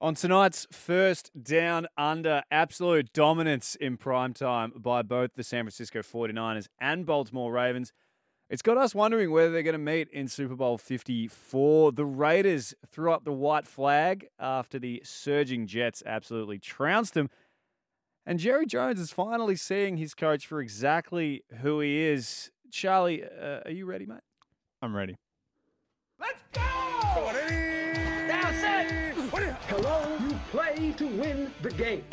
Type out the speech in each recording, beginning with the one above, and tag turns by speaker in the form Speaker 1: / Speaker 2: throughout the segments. Speaker 1: On tonight's first down under, absolute dominance in prime time by both the San Francisco 49ers and Baltimore Ravens. It's got us wondering whether they're going to meet in Super Bowl 54. The Raiders threw up the white flag after the surging Jets absolutely trounced them. And Jerry Jones is finally seeing his coach for exactly who he is. Charlie, uh, are you ready, mate?
Speaker 2: I'm ready.
Speaker 3: Let's go! Down set!
Speaker 4: Hello, you play to win the game.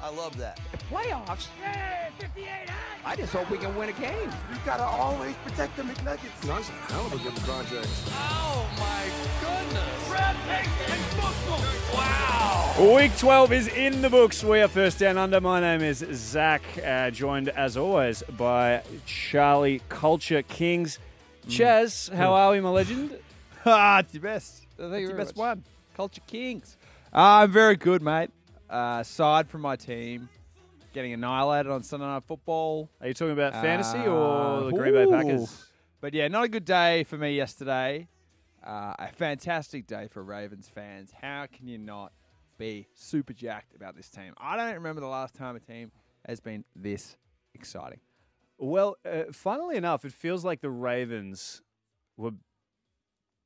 Speaker 5: I love that.
Speaker 3: Playoffs? Yeah, 58 high!
Speaker 4: I just hope we can win a game.
Speaker 5: You gotta always protect the McNuggets.
Speaker 6: Nice, hell of a good project.
Speaker 5: Oh my goodness!
Speaker 3: Red Pigs and football! Wow!
Speaker 1: Week 12 is in the books. We are first down under. My name is Zach, uh, joined as always by Charlie Culture Kings. Chaz, how are we, my legend?
Speaker 2: Ah, it's your best.
Speaker 1: you
Speaker 2: It's your
Speaker 1: very
Speaker 2: best
Speaker 1: much.
Speaker 2: one. Culture Kings. Uh, I'm very good, mate. Uh, aside from my team getting annihilated on Sunday Night Football.
Speaker 1: Are you talking about fantasy
Speaker 2: Uh,
Speaker 1: or the Green Bay
Speaker 2: ooh.
Speaker 1: Packers?
Speaker 2: But yeah, not a good day for me yesterday. Uh, a fantastic day for Ravens fans. How can you not be super jacked about this team? I don't remember the last time a team has been this exciting.
Speaker 1: Well, uh, funnily enough, it feels like the Ravens were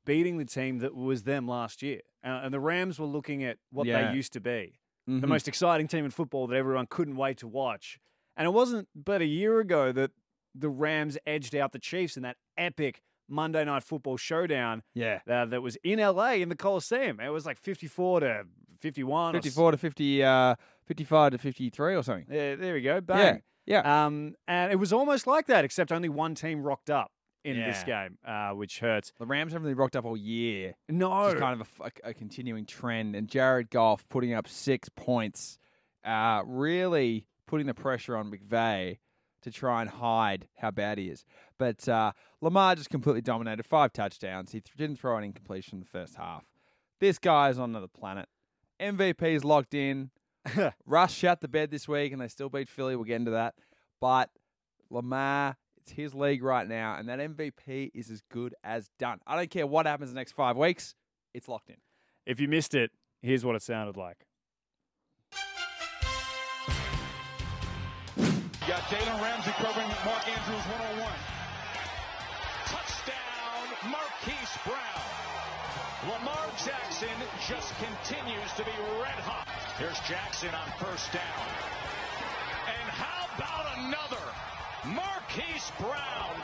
Speaker 1: beating the team that was them last year. Uh, and the Rams were looking at what
Speaker 2: Yeah.
Speaker 1: they used to be the
Speaker 2: Mhm.
Speaker 1: most exciting team in football that everyone couldn't wait to watch. And it wasn't but a year ago that the Rams edged out the Chiefs in that epic Monday Night Football showdown
Speaker 2: yeah.
Speaker 1: uh, that was in LA in the Coliseum. It was like 54 to 51. or s-
Speaker 2: 54 to 50, uh, 55 to 53 or something.
Speaker 1: Yeah, there we go. Bang.
Speaker 2: Yeah. Yeah.
Speaker 1: Um, and it was almost like that, except only one team rocked up in this game, uh, which hurts.
Speaker 2: the Rams haven't really rocked up all year.
Speaker 1: No.
Speaker 2: It's kind of a f- a, a continuing trend. And Jared Goff putting up six points, uh, really putting the pressure on McVay to try and hide how bad he is. But uh, Lamar just completely dominated. Five touchdowns. He th- didn't throw an incompletion in the first half. This guy is on another planet. MVP is locked in. Russ shut the bed this week, and they still beat Philly. We'll get into that. But Lamar, it's his league right now, and that MVP is as good as done. I don't care what happens the next five weeks, it's locked in.
Speaker 1: if you missed it, here's what it sounded like.
Speaker 7: Got Jalen Ramsey covering Mark Andrews 101. Touchdown, Marquise Brown. Lamar Jackson just continues to be red hot. Here's Jackson on first down. And how about another? Marquise Brown,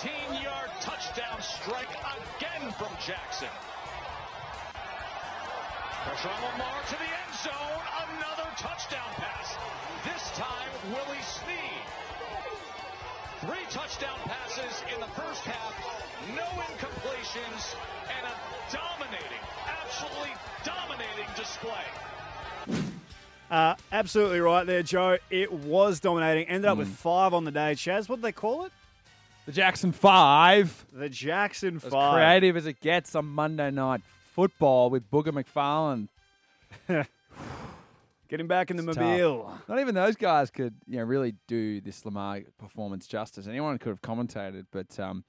Speaker 7: 18 yard touchdown strike again from Jackson. Pressure on Lamar to the end zone. Another touchdown pass. This time, Willie Sneed. Three touchdown passes in the first half, no incompletions, and a dominating, absolutely dominating display.
Speaker 1: Uh, absolutely right there, Joe. It was dominating. Ended up with five on the day. Chaz, what did they call it?
Speaker 2: The Jackson Five,
Speaker 1: The Jackson
Speaker 2: as
Speaker 1: Five.
Speaker 2: creative as it gets on Monday Night Football with Booger McFarlane.
Speaker 1: Getting back in the
Speaker 2: It's
Speaker 1: mobile.
Speaker 2: Not even those guys could, you know, really do this Lamar performance justice. Anyone could have commentated, but um,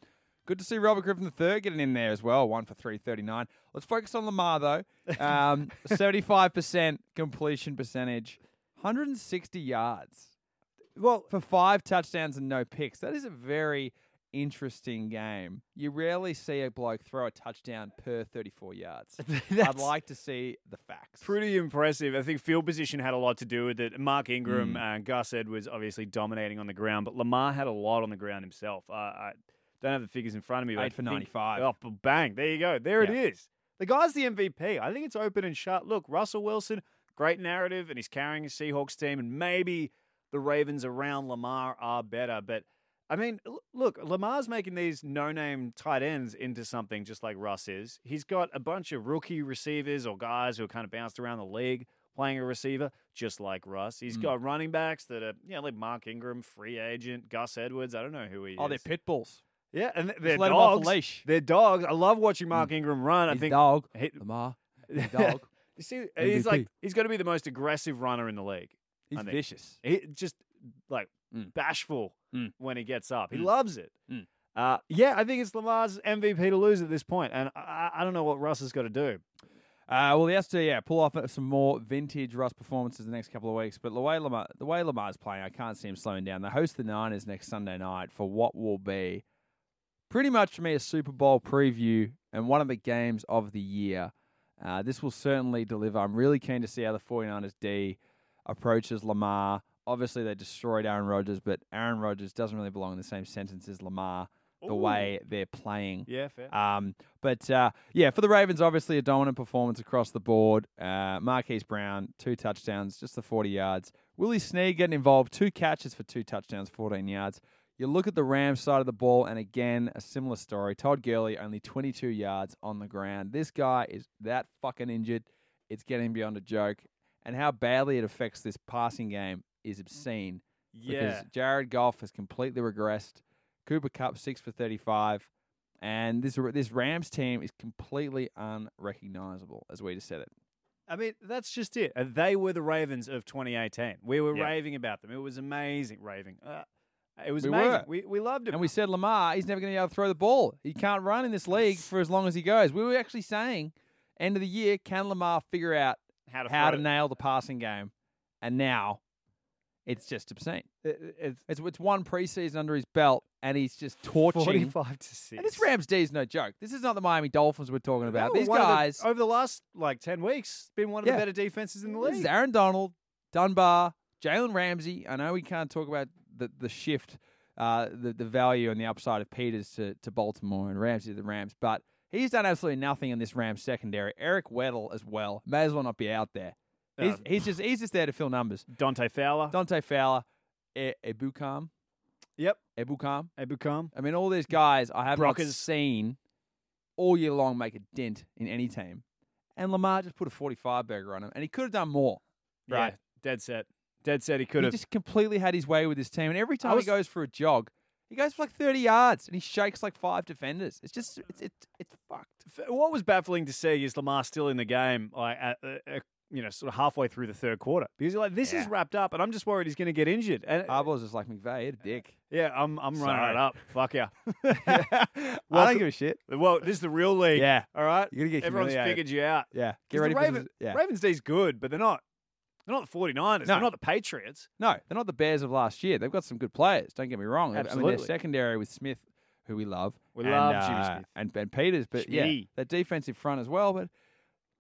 Speaker 2: good to see Robert Griffin III getting in there as well, one for three thirty nine. Let's focus on Lamar though. Seventy five percent completion percentage, one hundred and sixty yards. Well, for five touchdowns and no picks, that is a very interesting game. You rarely see a bloke throw a touchdown per thirty four yards. I'd
Speaker 1: That's-
Speaker 2: like to see the facts.
Speaker 1: Pretty impressive. I think field position had a lot to do with it. Mark Ingram and Gus Edwards obviously dominating on the ground, but Lamar had a lot on the ground himself. Uh, I don't have the figures in front of me. but I
Speaker 2: Eight for
Speaker 1: think-
Speaker 2: 95.
Speaker 1: Oh, b- bang. There you go. There
Speaker 2: Yeah.
Speaker 1: it is. The guy's the MVP. I think it's open and shut. Look, Russell Wilson, great narrative, and he's carrying his Seahawks team, and maybe the Ravens around Lamar are better. But, I mean, l- look, Lamar's making these no name tight ends into something just like Russ is. He's got a bunch of rookie receivers or guys who are kind of bounced around the league playing a receiver just like Russ.
Speaker 2: Hmm.
Speaker 1: He's got running backs that are, you know, like Mark Ingram, free agent, Gus Edwards. I don't know who he
Speaker 2: Oh, they're
Speaker 1: is.
Speaker 2: pit bulls.
Speaker 1: Yeah, and th- they're
Speaker 2: let 'em
Speaker 1: dogs.
Speaker 2: off the leash.
Speaker 1: They're dogs. I love watching Mark Ingram run. I
Speaker 2: His
Speaker 1: think
Speaker 2: dog,
Speaker 1: he-
Speaker 2: Lamar. His dog.
Speaker 1: you see, he's
Speaker 2: MVP.
Speaker 1: like he's going to be the most aggressive runner in the league.
Speaker 2: He's
Speaker 1: I think.
Speaker 2: vicious.
Speaker 1: He just like
Speaker 2: Mm.
Speaker 1: bashful
Speaker 2: Mm.
Speaker 1: when he gets up. He
Speaker 2: Mm.
Speaker 1: loves it.
Speaker 2: Mm.
Speaker 1: Uh, yeah, I think it's Lamar's MVP to lose at this point, and I, I- I don't know what Russ has got to do.
Speaker 2: Uh, well, he has to yeah pull off some more vintage Russ performances the next couple of weeks. But the way Lamar, the way Lamar's playing, I can't see him slowing down. They host the Niners next Sunday night for what will be pretty much for me a Super Bowl preview and one of the games of the year. Uh, this will certainly deliver. I'm really keen to see how the 49ers D approaches Lamar. Obviously, they destroyed Aaron Rodgers, but Aaron Rodgers doesn't really belong in the same sentence as Lamar the way they're playing.
Speaker 1: Yeah, fair.
Speaker 2: Um, but uh, yeah, for the Ravens, obviously a dominant performance across the board. Uh, Marquise Brown, two touchdowns, just the 40 yards. Willie Sneed getting involved, two catches for two touchdowns, 14 yards. You look at the Rams side of the ball, and again, a similar story. Todd Gurley, only 22 yards on the ground. This guy is that fucking injured. It's getting beyond a joke. And how badly it affects this passing game is obscene
Speaker 1: yeah.
Speaker 2: because Jared Goff has completely regressed. Cooper Cup six for thirty-five, and this this Rams team is completely unrecognizable, as we just said it.
Speaker 1: I mean, that's just it. Uh, They were the Ravens of 2018. We were
Speaker 2: Yeah.
Speaker 1: raving about them. It was amazing raving. Uh, it was
Speaker 2: We
Speaker 1: amazing.
Speaker 2: were.
Speaker 1: We we loved it.
Speaker 2: And we said Lamar, he's never going to be able to throw the ball. He can't run in this league for as long as he goes. We were actually saying, end of the year, can Lamar figure out
Speaker 1: how to
Speaker 2: how
Speaker 1: throw
Speaker 2: to
Speaker 1: it.
Speaker 2: nail the passing game? And now, it's just obscene.
Speaker 1: It- it's
Speaker 2: It's it's one preseason under his belt, and he's just torching.
Speaker 1: 45 to six.
Speaker 2: And this Rams D is no joke. This is not the Miami Dolphins we're talking
Speaker 1: They
Speaker 2: about.
Speaker 1: were
Speaker 2: These
Speaker 1: one of the-
Speaker 2: guys.
Speaker 1: over the last like 10 weeks been one of
Speaker 2: Yeah.
Speaker 1: the better defenses in the
Speaker 2: This
Speaker 1: league.
Speaker 2: is Aaron Donald, Dunbar, Jalen Ramsey. I know we can't talk about the the shift, uh, the the value and the upside of Peters to, to Baltimore and Ramsey to the Rams, but he's done absolutely nothing in this Rams secondary. Eric Weddle as well may as well not be out there. He's,
Speaker 1: Um,
Speaker 2: he's just he's just there to fill numbers.
Speaker 1: Dante Fowler.
Speaker 2: Dante Fowler, e- Ebukam,
Speaker 1: yep.
Speaker 2: Ebukam.
Speaker 1: Ebukam.
Speaker 2: I mean, all these guys I have not
Speaker 1: Brockers.
Speaker 2: seen all year long make a dent in any team. And Lamar just put a 45 burger on him, and he could have done more. Right.
Speaker 1: Yeah, dead set. Dead set. He could
Speaker 2: He
Speaker 1: have.
Speaker 2: just completely had his way with his team, and every time
Speaker 1: was-
Speaker 2: he goes for a jog, he goes for like thirty yards, and he shakes like five defenders. It's just it's it's, it's fucked.
Speaker 1: F- What was baffling to see is Lamar still in the game, like at, uh, uh, you know, sort of halfway through the third quarter, because you're like, this is
Speaker 2: Yeah.
Speaker 1: wrapped up, and I'm just worried he's going to get injured. And
Speaker 2: Arbor's just like McVay, you a dick.
Speaker 1: yeah, I'm I'm running
Speaker 2: Sorry.
Speaker 1: it up. Fuck yeah.
Speaker 2: I don't give a shit.
Speaker 1: Well, this is the real league.
Speaker 2: Yeah,
Speaker 1: All right.
Speaker 2: You're gonna get
Speaker 1: Everyone's
Speaker 2: humiliated.
Speaker 1: figured you out.
Speaker 2: yeah.
Speaker 1: 'Cause
Speaker 2: Get ready
Speaker 1: the
Speaker 2: for
Speaker 1: Raven,
Speaker 2: this. Yeah.
Speaker 1: Ravens D's good, but they're not. They're not the 49ers.
Speaker 2: No.
Speaker 1: They're not the Patriots.
Speaker 2: No, they're not the Bears of last year. They've got some good players. Don't get me wrong. I- I mean,
Speaker 1: Absolutely.
Speaker 2: their secondary with Smith, who we love,
Speaker 1: We
Speaker 2: and,
Speaker 1: love Jimmy
Speaker 2: uh,
Speaker 1: Smith.
Speaker 2: and Ben Peters, but yeah,
Speaker 1: Schmitty.
Speaker 2: their defensive front as well. But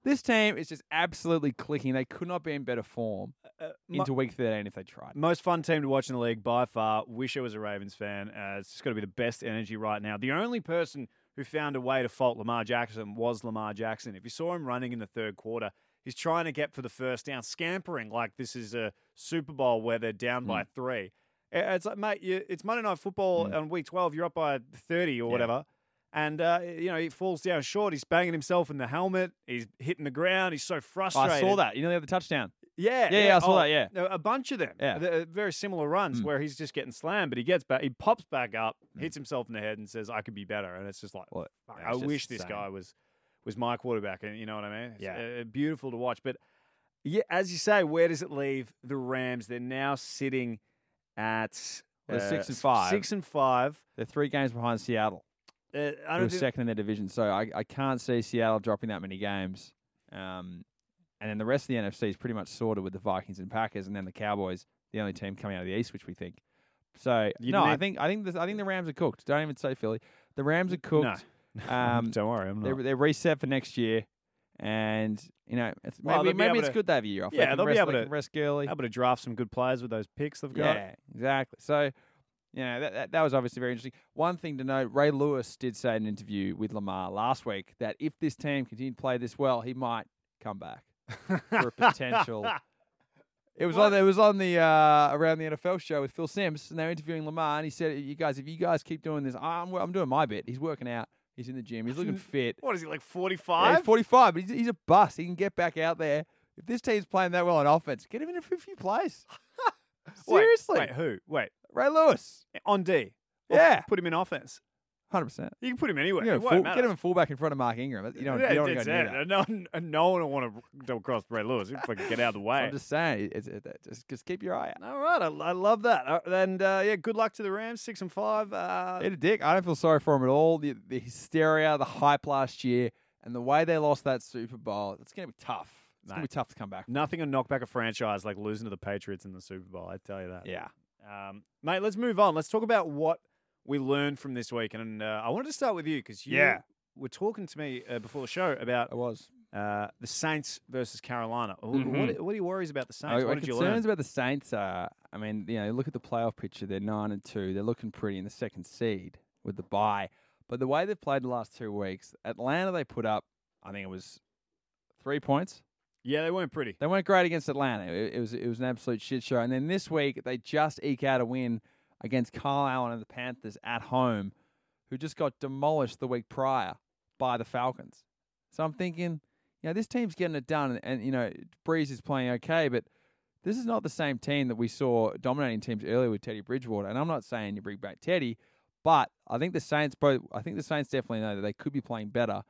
Speaker 2: this team is just absolutely clicking. They could not be in better form
Speaker 1: Uh, my-
Speaker 2: into week thirteen if they tried.
Speaker 1: Most fun team to watch in the league by far. Wish I was a Ravens fan. Uh, it's just got to be the best energy right now. The only person who found a way to fault Lamar Jackson was Lamar Jackson. If you saw him running in the third quarter, he's trying to get for the first down, scampering like this is a Super Bowl where they're down by
Speaker 2: Mm.
Speaker 1: three. I- It's like, mate, you, it's Monday Night Football on week 12. You're up by 30 or whatever. And, uh, you know, he falls down short. He's banging himself in the helmet. He's hitting the ground. He's so
Speaker 2: Oh,
Speaker 1: frustrated.
Speaker 2: I saw that. You know the other touchdown.
Speaker 1: Yeah, Oh,
Speaker 2: Yeah, yeah, I saw that, yeah.
Speaker 1: no, a bunch of them.
Speaker 2: Yeah. Mm.
Speaker 1: The- uh, very similar runs where he's just getting slammed, but he gets back, he pops back up, hits himself in the head, and says, "I could be better." And it's just like,
Speaker 2: Well,
Speaker 1: fuck,
Speaker 2: yeah,
Speaker 1: I
Speaker 2: it's just
Speaker 1: wish this
Speaker 2: insane.
Speaker 1: guy was was my quarterback. And you know what I mean? It's,
Speaker 2: Yeah.
Speaker 1: uh, beautiful to watch. But yeah, as you say, where does it leave the Rams? They're now sitting at uh,
Speaker 2: Well, they're six and
Speaker 1: s-
Speaker 2: five.
Speaker 1: Six and five.
Speaker 2: They're three games behind Seattle.
Speaker 1: Uh, I
Speaker 2: Who are
Speaker 1: don't think,
Speaker 2: second in their division, so I, I can't see Seattle dropping that many games. Um, and then the rest of the NFC is pretty much sorted with the Vikings and Packers, and then the Cowboys, the only team coming out of the East, which we think. So
Speaker 1: You'd
Speaker 2: no, I
Speaker 1: need-
Speaker 2: think I think the, I think the Rams are cooked. Don't even say Philly. The Rams are cooked. Um,
Speaker 1: Mm, don't worry, I'm not.
Speaker 2: they're, they're reset for next year, and you know it's,
Speaker 1: Well,
Speaker 2: maybe
Speaker 1: they'll be
Speaker 2: maybe
Speaker 1: able
Speaker 2: it's
Speaker 1: to-
Speaker 2: good to have a year off. They
Speaker 1: Yeah,
Speaker 2: can
Speaker 1: they'll be
Speaker 2: rest,
Speaker 1: able
Speaker 2: they
Speaker 1: to-
Speaker 2: can rest Gurley.
Speaker 1: able to draft some good players with those picks they've got.
Speaker 2: Yeah, exactly. So, yeah, that, that, that was obviously very interesting. One thing to note Ray Lewis did say in an interview with Lamar last week that if this team continued to play this well, he might come back for a potential. It was on. It was on the uh, around the NFL show with Phil Sims, and they were interviewing Lamar, and he said, "You guys, if you guys keep doing this, I'm, I'm doing my bit. He's working out. He's in the gym. He's looking fit.
Speaker 1: What is he like?
Speaker 2: Yeah,
Speaker 1: Forty-five.
Speaker 2: he's 45, but he's, he's a bust. He can get back out there. If this team's playing that well on offense, get him in a few plays.
Speaker 1: Wait,
Speaker 2: Seriously,
Speaker 1: wait, who? Wait,
Speaker 2: Ray Lewis.
Speaker 1: on D.
Speaker 2: Yeah.
Speaker 1: Put him in offense.
Speaker 2: Hundred percent.
Speaker 1: You can put him anywhere.
Speaker 2: Get him
Speaker 1: it won't
Speaker 2: full-
Speaker 1: matter.
Speaker 2: get him a fullback in front of Mark Ingram. You don't,
Speaker 1: yeah,
Speaker 2: you don't want
Speaker 1: that's
Speaker 2: to go near
Speaker 1: it.
Speaker 2: that.
Speaker 1: No, no- no one will want to double cross Ray Lewis. If I can get out of the way.
Speaker 2: I'm just saying, it's, it, it- just, just keep your eye out.
Speaker 1: All right, I, I love that. Uh, and uh, yeah, good luck to the Rams, six and five. Uh,
Speaker 2: Hit a dick. I don't feel sorry for him at all. The, the hysteria, the hype last year, And the way they lost that Super Bowl, it's going to be tough. It's going
Speaker 1: Mate.
Speaker 2: to be tough to come back. from.
Speaker 1: Nothing will knock back a franchise like losing to the Patriots in the Super Bowl. I tell you that.
Speaker 2: Yeah.
Speaker 1: Um, mate, let's move on. Let's talk about what we learned from this week. And uh, I wanted to start with you because you
Speaker 2: Yeah.
Speaker 1: were talking to me uh, before the show about
Speaker 2: I was.
Speaker 1: uh, the Saints versus Carolina. Wh- What, what Mm-hmm. are your worries about the Saints?
Speaker 2: I,
Speaker 1: what
Speaker 2: my
Speaker 1: did you
Speaker 2: concerns
Speaker 1: learn?
Speaker 2: about the Saints are, I mean, you know, look at the playoff picture. They're nine and two. They're looking pretty in the second seed with the bye. But the way they've played the last two weeks, Atlanta they put up, I think it was three points.
Speaker 1: yeah, they weren't pretty.
Speaker 2: They weren't great against Atlanta. It, it was it was an absolute shit show. And then this week they just eke out a win against Carl Allen and the Panthers at home, who just got demolished the week prior by the Falcons. So I'm thinking, you know, this team's getting it done, and, and you know, Breeze is playing okay, but this is not the same team that we saw dominating teams earlier with Teddy Bridgewater. And I'm not saying you bring back Teddy, but I think the Saints both. I think the Saints definitely know that they could be playing better,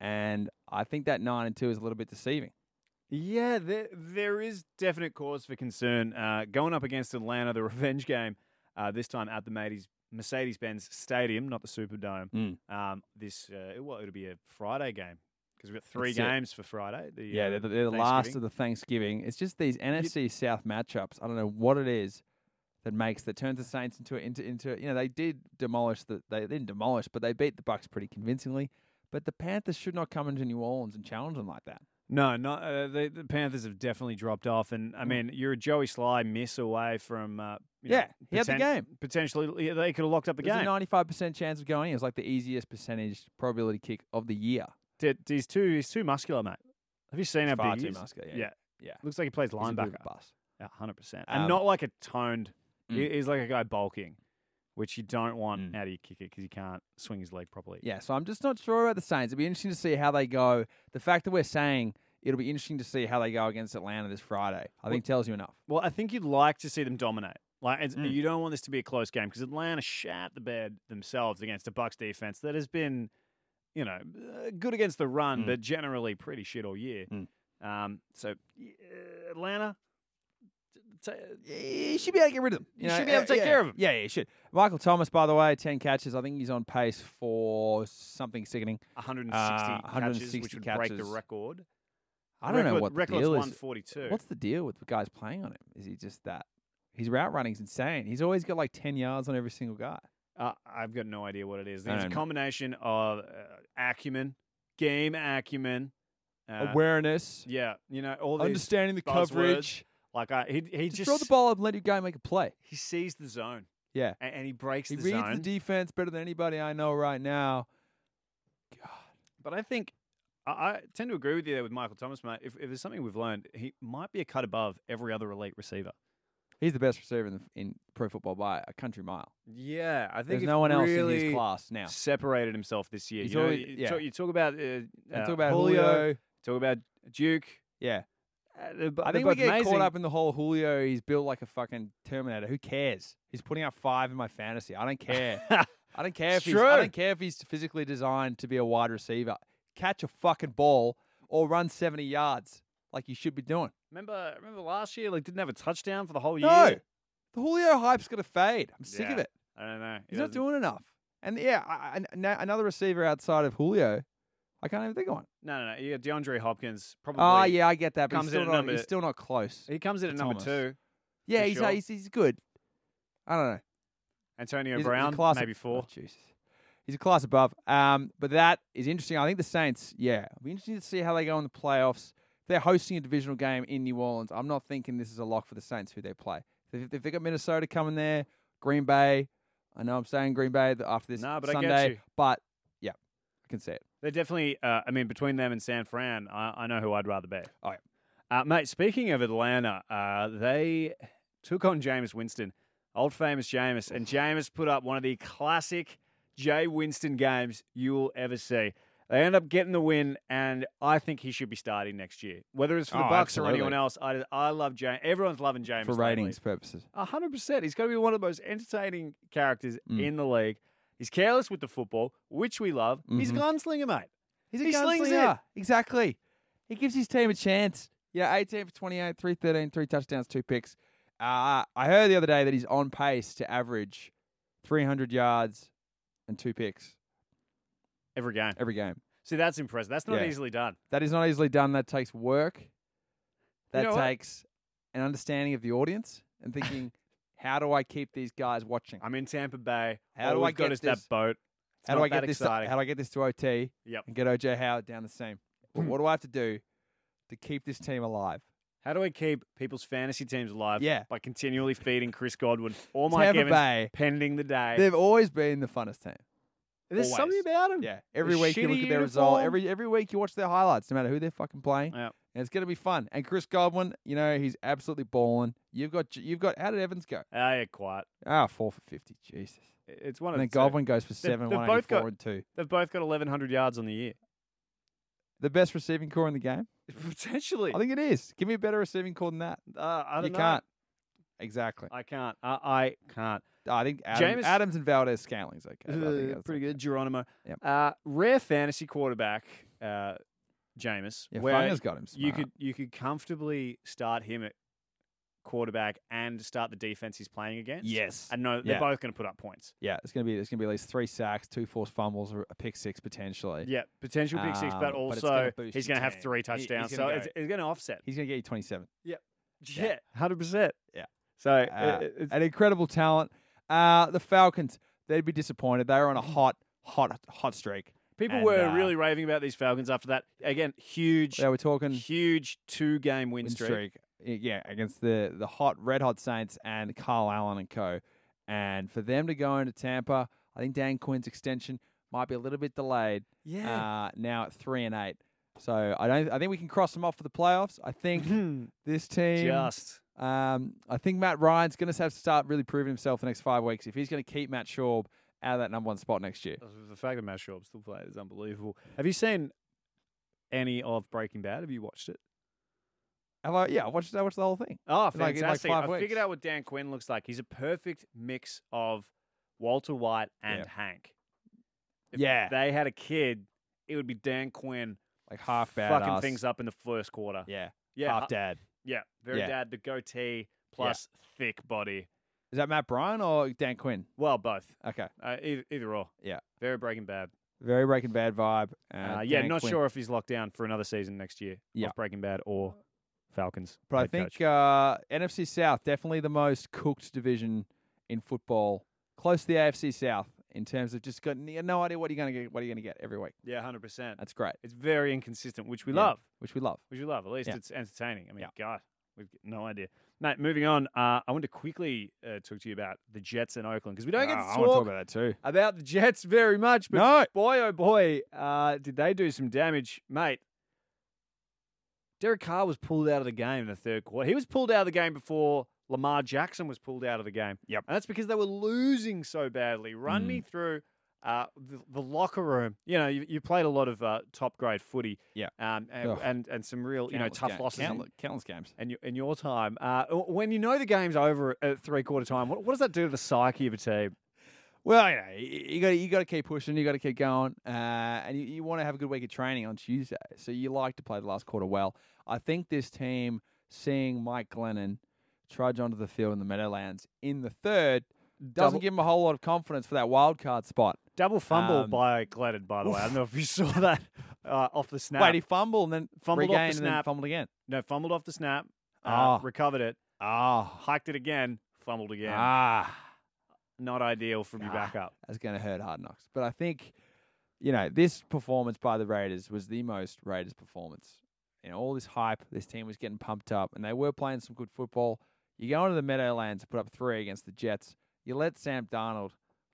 Speaker 2: and I think that nine and two is a little bit deceiving.
Speaker 1: Yeah, there, there is definite cause for concern. Uh, going up against Atlanta, the revenge game, uh, this time at the Mercedes Benz Stadium, not the Superdome.
Speaker 2: Mm.
Speaker 1: Um, this uh, well, it'll be a Friday game because we've got three
Speaker 2: That's it.
Speaker 1: games for Friday. The,
Speaker 2: Yeah,
Speaker 1: uh,
Speaker 2: they're the, they're the last
Speaker 1: Thanksgiving.
Speaker 2: of the Thanksgiving. It's just these NFC South matchups. I don't know what it is that makes that turns the Saints into into into you know they did demolish the they didn't demolish but they beat the Bucks pretty convincingly. But the Panthers should not come into New Orleans and challenge them like that.
Speaker 1: No, not uh, the, the Panthers have definitely dropped off, and I mean you're a Joey Sly miss away from uh, you know,
Speaker 2: Mm. Yeah, he had the game.
Speaker 1: potentially. yeah, They could have locked up the
Speaker 2: There's a
Speaker 1: game.
Speaker 2: ninety five percent chance of going in. It was like the easiest percentage probability kick of the year.
Speaker 1: D- he's too he's too muscular, mate. Have you seen
Speaker 2: He's
Speaker 1: how
Speaker 2: far
Speaker 1: big
Speaker 2: too
Speaker 1: he is?
Speaker 2: muscular, yeah.
Speaker 1: yeah,
Speaker 2: Yeah.
Speaker 1: Looks like he plays
Speaker 2: He's a bit of
Speaker 1: linebacker.
Speaker 2: a bus.
Speaker 1: Yeah, hundred percent, and
Speaker 2: Um,
Speaker 1: not like a toned. he
Speaker 2: Mm.
Speaker 1: He's like a guy bulking, which you don't want
Speaker 2: Mm.
Speaker 1: out of your kicker because he can't swing his leg properly.
Speaker 2: Yeah, so I'm just not sure about the Saints. It'd be interesting to see how they go. The fact that we're saying it'll be interesting to see how they go against Atlanta this Friday, I think tells you enough.
Speaker 1: Well, I think you'd like to see them dominate. Like it's,
Speaker 2: Mm.
Speaker 1: you don't want this to be a close game because Atlanta shat the bed themselves against a Bucks defense that has been, you know, uh, good against the run,
Speaker 2: Mm.
Speaker 1: but generally pretty shit all year. Um, so y- uh, Atlanta, t- t-
Speaker 2: You should be able to get rid of them.
Speaker 1: You should be able to take
Speaker 2: yeah.
Speaker 1: care of 'em.
Speaker 2: Yeah, yeah, you should. Michael Thomas, by the way, 10 catches. I think he's on pace for something sickening.
Speaker 1: 160,
Speaker 2: Uh,
Speaker 1: catches,
Speaker 2: 160
Speaker 1: which would break the
Speaker 2: catches.
Speaker 1: record.
Speaker 2: I don't know
Speaker 1: Record-
Speaker 2: what the
Speaker 1: record's
Speaker 2: deal is.
Speaker 1: 142.
Speaker 2: What's the deal with the guys playing on him? Is he just that? His route running's insane. He's always got like 10 yards on every single guy.
Speaker 1: Uh, I've got no idea what it is.
Speaker 2: I
Speaker 1: It's a
Speaker 2: don't know.
Speaker 1: combination of uh, acumen, game acumen, uh,
Speaker 2: Awareness,
Speaker 1: yeah, you know, all these
Speaker 2: understanding the
Speaker 1: buzzwords.
Speaker 2: coverage.
Speaker 1: Like I, he, he
Speaker 2: Just,
Speaker 1: just,
Speaker 2: throw the ball up and let your guy make a play.
Speaker 1: He sees the zone
Speaker 2: Yeah.
Speaker 1: and, and he breaks
Speaker 2: He
Speaker 1: the
Speaker 2: reads
Speaker 1: zone.
Speaker 2: the defense better than anybody I know right now.
Speaker 1: but I think I, I tend to agree with you there with Michael Thomas, mate. If, if there's something we've learned, he might be a cut above every other elite receiver.
Speaker 2: He's the best receiver in, the, in pro football by a country mile.
Speaker 1: Yeah, I think
Speaker 2: There's no one else in his class now.
Speaker 1: Separated himself this year.
Speaker 2: He's
Speaker 1: You, know,
Speaker 2: always-
Speaker 1: you,
Speaker 2: yeah.
Speaker 1: talk, you talk about uh,
Speaker 2: I
Speaker 1: uh,
Speaker 2: talk about Julio.
Speaker 1: talk about Duke.
Speaker 2: Yeah.
Speaker 1: Uh, they're bo-
Speaker 2: I
Speaker 1: they're
Speaker 2: think we
Speaker 1: both
Speaker 2: get
Speaker 1: amazing.
Speaker 2: caught up in the whole Julio. He's built like a fucking Terminator. Who cares? He's putting out five in my fantasy. I don't care. I don't care if
Speaker 1: It's
Speaker 2: he's, I
Speaker 1: true.
Speaker 2: don't care if he's physically designed to be a wide receiver. Catch a fucking ball or run seventy yards like you should be doing.
Speaker 1: Remember, remember last year? Like, didn't have a touchdown for the whole
Speaker 2: No,
Speaker 1: year.
Speaker 2: the Julio hype's gonna fade. I'm sick of
Speaker 1: Yeah.
Speaker 2: it.
Speaker 1: I don't know. He
Speaker 2: He's not
Speaker 1: doesn't-
Speaker 2: doing enough. And yeah, I, I- an- another receiver outside of Julio, I can't even think of one.
Speaker 1: No, no, no. You got DeAndre Hopkins. Probably.
Speaker 2: Oh, yeah, I get that, but
Speaker 1: comes
Speaker 2: he's still,
Speaker 1: in at
Speaker 2: not,
Speaker 1: number-
Speaker 2: he's still not close.
Speaker 1: He comes in at number
Speaker 2: Thomas.
Speaker 1: two.
Speaker 2: Yeah,
Speaker 1: for
Speaker 2: he's,
Speaker 1: sure.
Speaker 2: he's he's good. I don't know.
Speaker 1: Antonio
Speaker 2: He's a- he's a
Speaker 1: Brown,
Speaker 2: class
Speaker 1: maybe
Speaker 2: ab-
Speaker 1: four.
Speaker 2: oh, Jesus. He's a class above. Um, but that is interesting. I think the Saints, yeah, it'll be interesting to see how they go in the playoffs. If They're hosting a divisional game in New Orleans. I'm not thinking this is a lock for the Saints who they play. If, if they got Minnesota coming there, Green Bay. I know I'm saying Green Bay th- after this
Speaker 1: Nah, but I get
Speaker 2: Sunday,
Speaker 1: you.
Speaker 2: but yeah, I can see it.
Speaker 1: They're definitely. Uh, I mean, between them and San Fran, I, I know who I'd rather bet.
Speaker 2: All right.
Speaker 1: uh, mate. Speaking of Atlanta, uh, they took on Jameis Winston, old famous Jameis, and Jameis put up one of the classic Jay Winston games you will ever see. They end up getting the win, and I think he should be starting next year. Whether it's for the
Speaker 2: Oh,
Speaker 1: Bucks or
Speaker 2: absolutely.
Speaker 1: anyone else, I, I love James. Everyone's loving James
Speaker 2: For ratings purposes.
Speaker 1: A hundred percent. He's going to be one of the most entertaining characters
Speaker 2: Mm.
Speaker 1: in the league. He's careless with the football, which we love. He's a
Speaker 2: Mhm.
Speaker 1: gunslinger, mate.
Speaker 2: He's a
Speaker 1: He slings
Speaker 2: gunslinger. Exactly. He gives his team a chance. Yeah, 18 for 28, 313, three touchdowns, two picks. Uh, I heard the other day that he's on pace to average 300 yards and two picks
Speaker 1: Every game.
Speaker 2: every game.
Speaker 1: See, that's impressive. That's not
Speaker 2: Yeah.
Speaker 1: easily done.
Speaker 2: That is not easily done. That takes work. That
Speaker 1: know what?
Speaker 2: takes an understanding of the audience and thinking, how do I keep these guys watching?
Speaker 1: I'm in Tampa Bay.
Speaker 2: How
Speaker 1: All
Speaker 2: do I
Speaker 1: we've got
Speaker 2: get
Speaker 1: is
Speaker 2: this-
Speaker 1: that boat. It's
Speaker 2: how do
Speaker 1: not
Speaker 2: I get
Speaker 1: that
Speaker 2: this? To,
Speaker 1: exciting.
Speaker 2: how do I get this to OT
Speaker 1: Yep.
Speaker 2: and get OJ Howard down the seam? But what do I have to do to keep this team alive?
Speaker 1: How do I keep people's fantasy teams alive?
Speaker 2: Yeah.
Speaker 1: By continually feeding Chris Godwin or Mike
Speaker 2: Tampa
Speaker 1: Evans
Speaker 2: Bay.
Speaker 1: pending the day.
Speaker 2: They've always been the funnest team.
Speaker 1: There's
Speaker 2: always.
Speaker 1: something about him.
Speaker 2: Yeah. Every week you
Speaker 1: shitty
Speaker 2: look at their result.
Speaker 1: uniform.
Speaker 2: Every every week you watch their highlights, no matter who they're fucking playing.
Speaker 1: Yep.
Speaker 2: And it's gonna be fun. And Chris Godwin, you know, he's absolutely balling. You've got you've got how did Evans go?
Speaker 1: Ah, yeah, quite.
Speaker 2: Ah, four for fifty. Jesus.
Speaker 1: It's one of
Speaker 2: And then
Speaker 1: the two.
Speaker 2: Godwin goes for seven,
Speaker 1: they've
Speaker 2: one eighty
Speaker 1: both got-
Speaker 2: four and two.
Speaker 1: They've both got 1,100 yards on the year.
Speaker 2: The best receiving core in the game?
Speaker 1: Potentially.
Speaker 2: I think it is. Give me a better receiving core than that.
Speaker 1: uh, I
Speaker 2: you
Speaker 1: don't know.
Speaker 2: can't. Exactly.
Speaker 1: I can't. Uh, I, I can't.
Speaker 2: I think Adam,
Speaker 1: Jameis-
Speaker 2: Adams and Valdez Scaling's okay. but I
Speaker 1: Uh,
Speaker 2: think
Speaker 1: pretty
Speaker 2: that's okay.
Speaker 1: good, Geronimo.
Speaker 2: Yep.
Speaker 1: Uh, rare fantasy quarterback, uh, Jameis.
Speaker 2: Yeah,
Speaker 1: where
Speaker 2: Funga's got him.
Speaker 1: you
Speaker 2: smart.
Speaker 1: could you could comfortably start him at quarterback and start the defense he's playing against.
Speaker 2: Yes.
Speaker 1: and no, they're
Speaker 2: Yeah.
Speaker 1: both going to put up points.
Speaker 2: Yeah, it's gonna be there's gonna be at least three sacks, two forced fumbles, or a pick six potentially.
Speaker 1: Yeah, potential pick six,
Speaker 2: Um,
Speaker 1: but
Speaker 2: but it's
Speaker 1: also
Speaker 2: gonna boost
Speaker 1: he's
Speaker 2: your
Speaker 1: going to have
Speaker 2: team.
Speaker 1: three
Speaker 2: He- he's
Speaker 1: touchdowns, so
Speaker 2: gonna go-
Speaker 1: it's, it's going to offset.
Speaker 2: He's gonna get you twenty seven. yeah.
Speaker 1: Yeah, hundred percent.
Speaker 2: Yeah.
Speaker 1: So
Speaker 2: Uh,
Speaker 1: it- it- it's,
Speaker 2: an incredible talent. Uh, the Falcons, they'd be disappointed. They were on a hot, hot, hot streak.
Speaker 1: people
Speaker 2: and,
Speaker 1: were
Speaker 2: uh,
Speaker 1: really raving about these Falcons after that. Again, huge,
Speaker 2: They were talking
Speaker 1: huge two-game win
Speaker 2: win
Speaker 1: streak.
Speaker 2: streak. Yeah, against the the hot, red hot Saints and Carl Allen and co. And for them to go into Tampa, I think Dan Quinn's extension might be a little bit delayed. Uh, now at three and eight. So I don't. I think we can cross them off for the playoffs. I think this team
Speaker 1: just
Speaker 2: Um, I think Matt Ryan's going to have to start really proving himself the next five weeks if he's going to keep Matt Schaub out of that number one spot next year.
Speaker 1: the fact that Matt Schaub still played is unbelievable. Have you seen any of Breaking Bad? Have you watched it?
Speaker 2: Hello, yeah, I watched, I watched the whole thing.
Speaker 1: Oh,
Speaker 2: In like- in like
Speaker 1: fantastic!
Speaker 2: five
Speaker 1: I figured
Speaker 2: weeks.
Speaker 1: out what Dan Quinn looks like. He's a perfect mix of Walter White and
Speaker 2: Yeah.
Speaker 1: Hank.
Speaker 2: Yeah.
Speaker 1: they had a kid, it would be Dan Quinn
Speaker 2: Like half badass.
Speaker 1: fucking things up in the first quarter.
Speaker 2: Yeah,
Speaker 1: yeah,
Speaker 2: half
Speaker 1: uh,
Speaker 2: dad.
Speaker 1: yeah, very
Speaker 2: Yeah.
Speaker 1: dad. The goatee plus thick body.
Speaker 2: Is that Matt Bryan or Dan Quinn?
Speaker 1: Well, both.
Speaker 2: Okay,
Speaker 1: Uh, either, either or.
Speaker 2: Yeah.
Speaker 1: Very Breaking Bad.
Speaker 2: very Breaking Bad vibe. Uh,
Speaker 1: Uh, yeah,
Speaker 2: Dan
Speaker 1: not
Speaker 2: Quinn.
Speaker 1: sure if he's locked down for another season next year.
Speaker 2: Yeah.
Speaker 1: Of Breaking Bad or Falcons.
Speaker 2: But I
Speaker 1: head
Speaker 2: think
Speaker 1: coach.
Speaker 2: uh, NFC South definitely the most cooked division in football, close to the AFC South in terms of just got n- no idea what you're going to get. What you're going to get every week.
Speaker 1: yeah, 100%.
Speaker 2: That's great,
Speaker 1: It's very inconsistent, which we
Speaker 2: Yeah.
Speaker 1: love.
Speaker 2: which we love.
Speaker 1: Which we love. At least
Speaker 2: Yeah.
Speaker 1: it's entertaining. I mean,
Speaker 2: Yeah.
Speaker 1: God, we've got no idea. Mate, moving on. Uh, I want to quickly uh, talk to you about the Jets in Oakland because we don't get
Speaker 2: Ah,
Speaker 1: to
Speaker 2: I
Speaker 1: talk,
Speaker 2: want to talk about that too.
Speaker 1: about the Jets very much. But
Speaker 2: No,
Speaker 1: boy, oh boy, uh, did they do some damage, mate? Derek Carr was pulled out of the game in the third quarter. He was pulled out of the game before Lamar Jackson was pulled out of the game.
Speaker 2: Yep. Mm.
Speaker 1: And that's because they were losing so badly. Run me through uh, the, the locker room. You know, you, you played a lot of uh, top grade footy.
Speaker 2: Yeah.
Speaker 1: Um, and,
Speaker 2: Ugh.
Speaker 1: and, and some real, you know,
Speaker 2: Countless
Speaker 1: tough
Speaker 2: ga-
Speaker 1: losses. in-
Speaker 2: countless, countless games.
Speaker 1: in your, in your time, uh, when you know the game's over at three quarter time, what, what does that do to the psyche of a team?
Speaker 2: Well, you know, y- you got you got to keep pushing, you got to keep going, uh, and you, you want to have a good week of training on Tuesday. So you like to play the last quarter well. I think this team, seeing Mike Glennon trudge onto the field in the Meadowlands in the third, doesn't
Speaker 1: Double-
Speaker 2: give him a whole lot of confidence for that wild card spot.
Speaker 1: Double fumble
Speaker 2: Um,
Speaker 1: by Glennon, by the way. I don't know if you saw that uh, off the snap.
Speaker 2: Wait, he fumbled and then
Speaker 1: Fumbled off the
Speaker 2: regained and then
Speaker 1: snap.
Speaker 2: fumbled again.
Speaker 1: no, fumbled off the snap, uh,
Speaker 2: Ah.
Speaker 1: recovered it,
Speaker 2: Ah,
Speaker 1: hiked it again, fumbled again.
Speaker 2: ah,
Speaker 1: Not ideal from your backup.
Speaker 2: that's going to hurt Hard Knocks. But I think, you know, this performance by the Raiders was the most Raiders performance. You know, all this hype, this team was getting pumped up, and they were playing some good football. You go into the Meadowlands and put up three against the Jets. You let Sam Darnold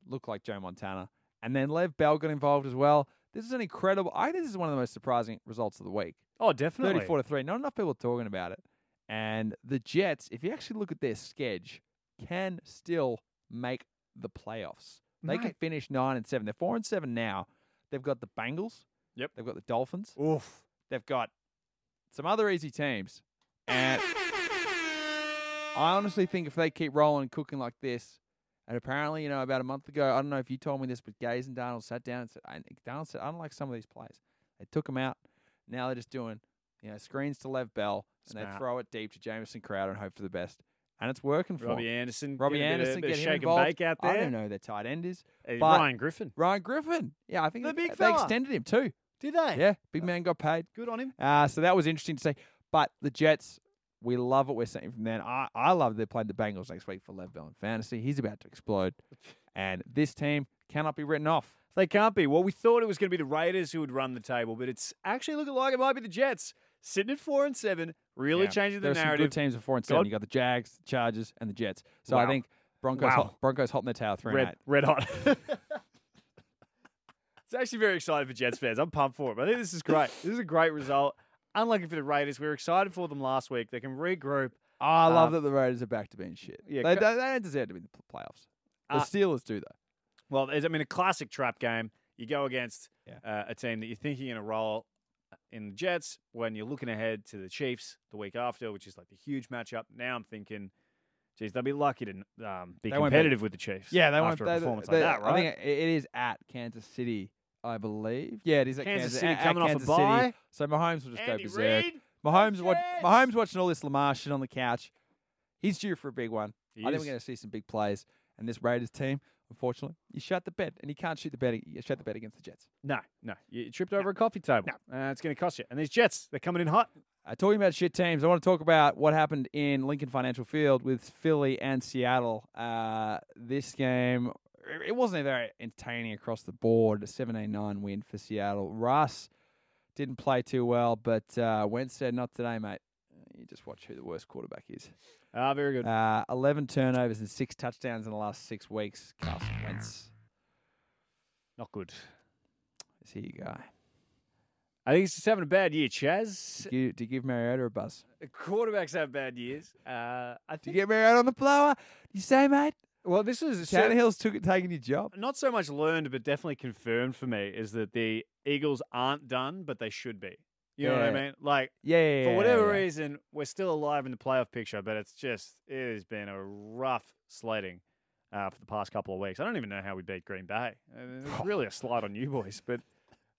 Speaker 2: look like Joe Montana, and then Lev Bell got involved as well. This is an incredible. I think this is one of the most surprising results of the week.
Speaker 1: Oh, definitely.
Speaker 2: Thirty-four to three. Not enough people talking about it. And the Jets, if you actually look at their sketch, can still make the playoffs. They can
Speaker 1: Mate.
Speaker 2: finish nine and seven. They're four and seven now. They've got the Bengals.
Speaker 1: Yep.
Speaker 2: They've got the Dolphins.
Speaker 1: Oof.
Speaker 2: They've got some other easy teams. And I honestly think if they keep rolling and cooking like this, and apparently, you know, about a month ago, I don't know if you told me this, but Gaze and Darnold sat down and said, and Darnold said, I don't like some of these plays. They took them out. Now they're just doing, you know, screens to Lev Bell, and they
Speaker 1: Smart.
Speaker 2: throw it deep to Jamison Crowder and hope for the best. And it's working for
Speaker 1: Robbie
Speaker 2: them.
Speaker 1: Anderson.
Speaker 2: Robbie
Speaker 1: getting a bit of-
Speaker 2: Anderson,
Speaker 1: bit of
Speaker 2: get him
Speaker 1: shake
Speaker 2: involved.
Speaker 1: and bake out there.
Speaker 2: I don't know who their tight end is.
Speaker 1: Uh,
Speaker 2: but-
Speaker 1: Ryan Griffin.
Speaker 2: Ryan Griffin. Yeah, I think
Speaker 1: The
Speaker 2: they-
Speaker 1: big
Speaker 2: they
Speaker 1: fella.
Speaker 2: extended him too.
Speaker 1: Did they? Oh,
Speaker 2: Yeah, big man got paid.
Speaker 1: Good on him.
Speaker 2: Uh, so that was interesting to see. But the Jets, we love what we're seeing from them. I, I love they're playing the Bengals next week for Lev Bell in fantasy. He's about to explode. And this team cannot be written off.
Speaker 1: They can't be. Well, we thought it was going to be the Raiders who would run the table, but it's actually looking like it might be the Jets sitting at four and seven, really
Speaker 2: Yeah.
Speaker 1: changing the
Speaker 2: there are Some
Speaker 1: narrative.
Speaker 2: good teams before and seven.
Speaker 1: God-
Speaker 2: You got the Jags, the Chargers, and the Jets. So I
Speaker 1: Wow.
Speaker 2: think Broncos,
Speaker 1: Wow.
Speaker 2: hot, Broncos hot in the tail three and
Speaker 1: Red,
Speaker 2: eight.
Speaker 1: red hot. it's actually very exciting for Jets fans. I'm pumped for it. I think this is great. This is a great result. Unlucky for the Raiders. We were excited for them last week. They can regroup.
Speaker 2: Oh, I love
Speaker 1: Um,
Speaker 2: that the Raiders are back to being shit.
Speaker 1: Yeah,
Speaker 2: they,
Speaker 1: co-
Speaker 2: they, they don't deserve to be in the pl- playoffs. The
Speaker 1: Uh,
Speaker 2: Steelers do though.
Speaker 1: Well, there's- I mean, a classic trap game. You go against
Speaker 2: Yeah.
Speaker 1: uh, a team that you're thinking in a role in the Jets when you're looking ahead to the Chiefs the week after, which is like the huge matchup. Now I'm thinking, geez, they'll be lucky to um, be
Speaker 2: They won't be-
Speaker 1: competitive with the Chiefs. after a performance like that, right?
Speaker 2: I think it, it is at Kansas City, I believe. Yeah, it is at
Speaker 1: Kansas
Speaker 2: Kansas,
Speaker 1: City
Speaker 2: at- at
Speaker 1: coming off a
Speaker 2: Kansas
Speaker 1: bye.
Speaker 2: City. So Mahomes will just
Speaker 1: Andy
Speaker 2: go berserk.
Speaker 1: Reid?
Speaker 2: Mahomes, watch,
Speaker 1: Yes!
Speaker 2: Mahomes watching all this Lamar shit on the couch. He's due for a big one.
Speaker 1: He
Speaker 2: I think
Speaker 1: is.
Speaker 2: we're going to see some big plays. And this Raiders team, unfortunately, you shut the bet, and you can't shoot the bet. You shut the bet against the Jets.
Speaker 1: No, no. You tripped over a coffee table. Uh, it's going to cost you. And these Jets, they're coming in hot.
Speaker 2: Uh, talking about shit teams, I want to talk about what happened in Lincoln Financial Field with Philly and Seattle. Uh, this game, it- it wasn't very entertaining across the board. A 17-9 win for Seattle. Russ didn't play too well, but uh, Wentz said, not today, mate. You just watch who the worst quarterback is.
Speaker 1: Ah, very good.
Speaker 2: Uh, 11 turnovers and six touchdowns in the last six weeks. Carson Wentz
Speaker 1: Not good.
Speaker 2: is he your guy.
Speaker 1: I think he's just having a bad year, Chaz.
Speaker 2: Do you, do you give Mariota a buzz?
Speaker 1: Quarterbacks have bad years. Uh, I
Speaker 2: Do
Speaker 1: think.
Speaker 2: you get Mariota on the blower? You say, mate?
Speaker 1: well, this is
Speaker 2: Tannehill's took, taking your job.
Speaker 1: not so much learned, but definitely confirmed for me is that the Eagles aren't done, but they should be. You know what I
Speaker 2: Yeah.
Speaker 1: mean? Like
Speaker 2: Yeah, yeah,
Speaker 1: for
Speaker 2: yeah,
Speaker 1: whatever
Speaker 2: yeah.
Speaker 1: reason, we're still alive in the playoff picture, but it's just it has been a rough slating uh, for the past couple of weeks. I don't even know how we beat Green Bay. I mean, It's really a slide on you boys, but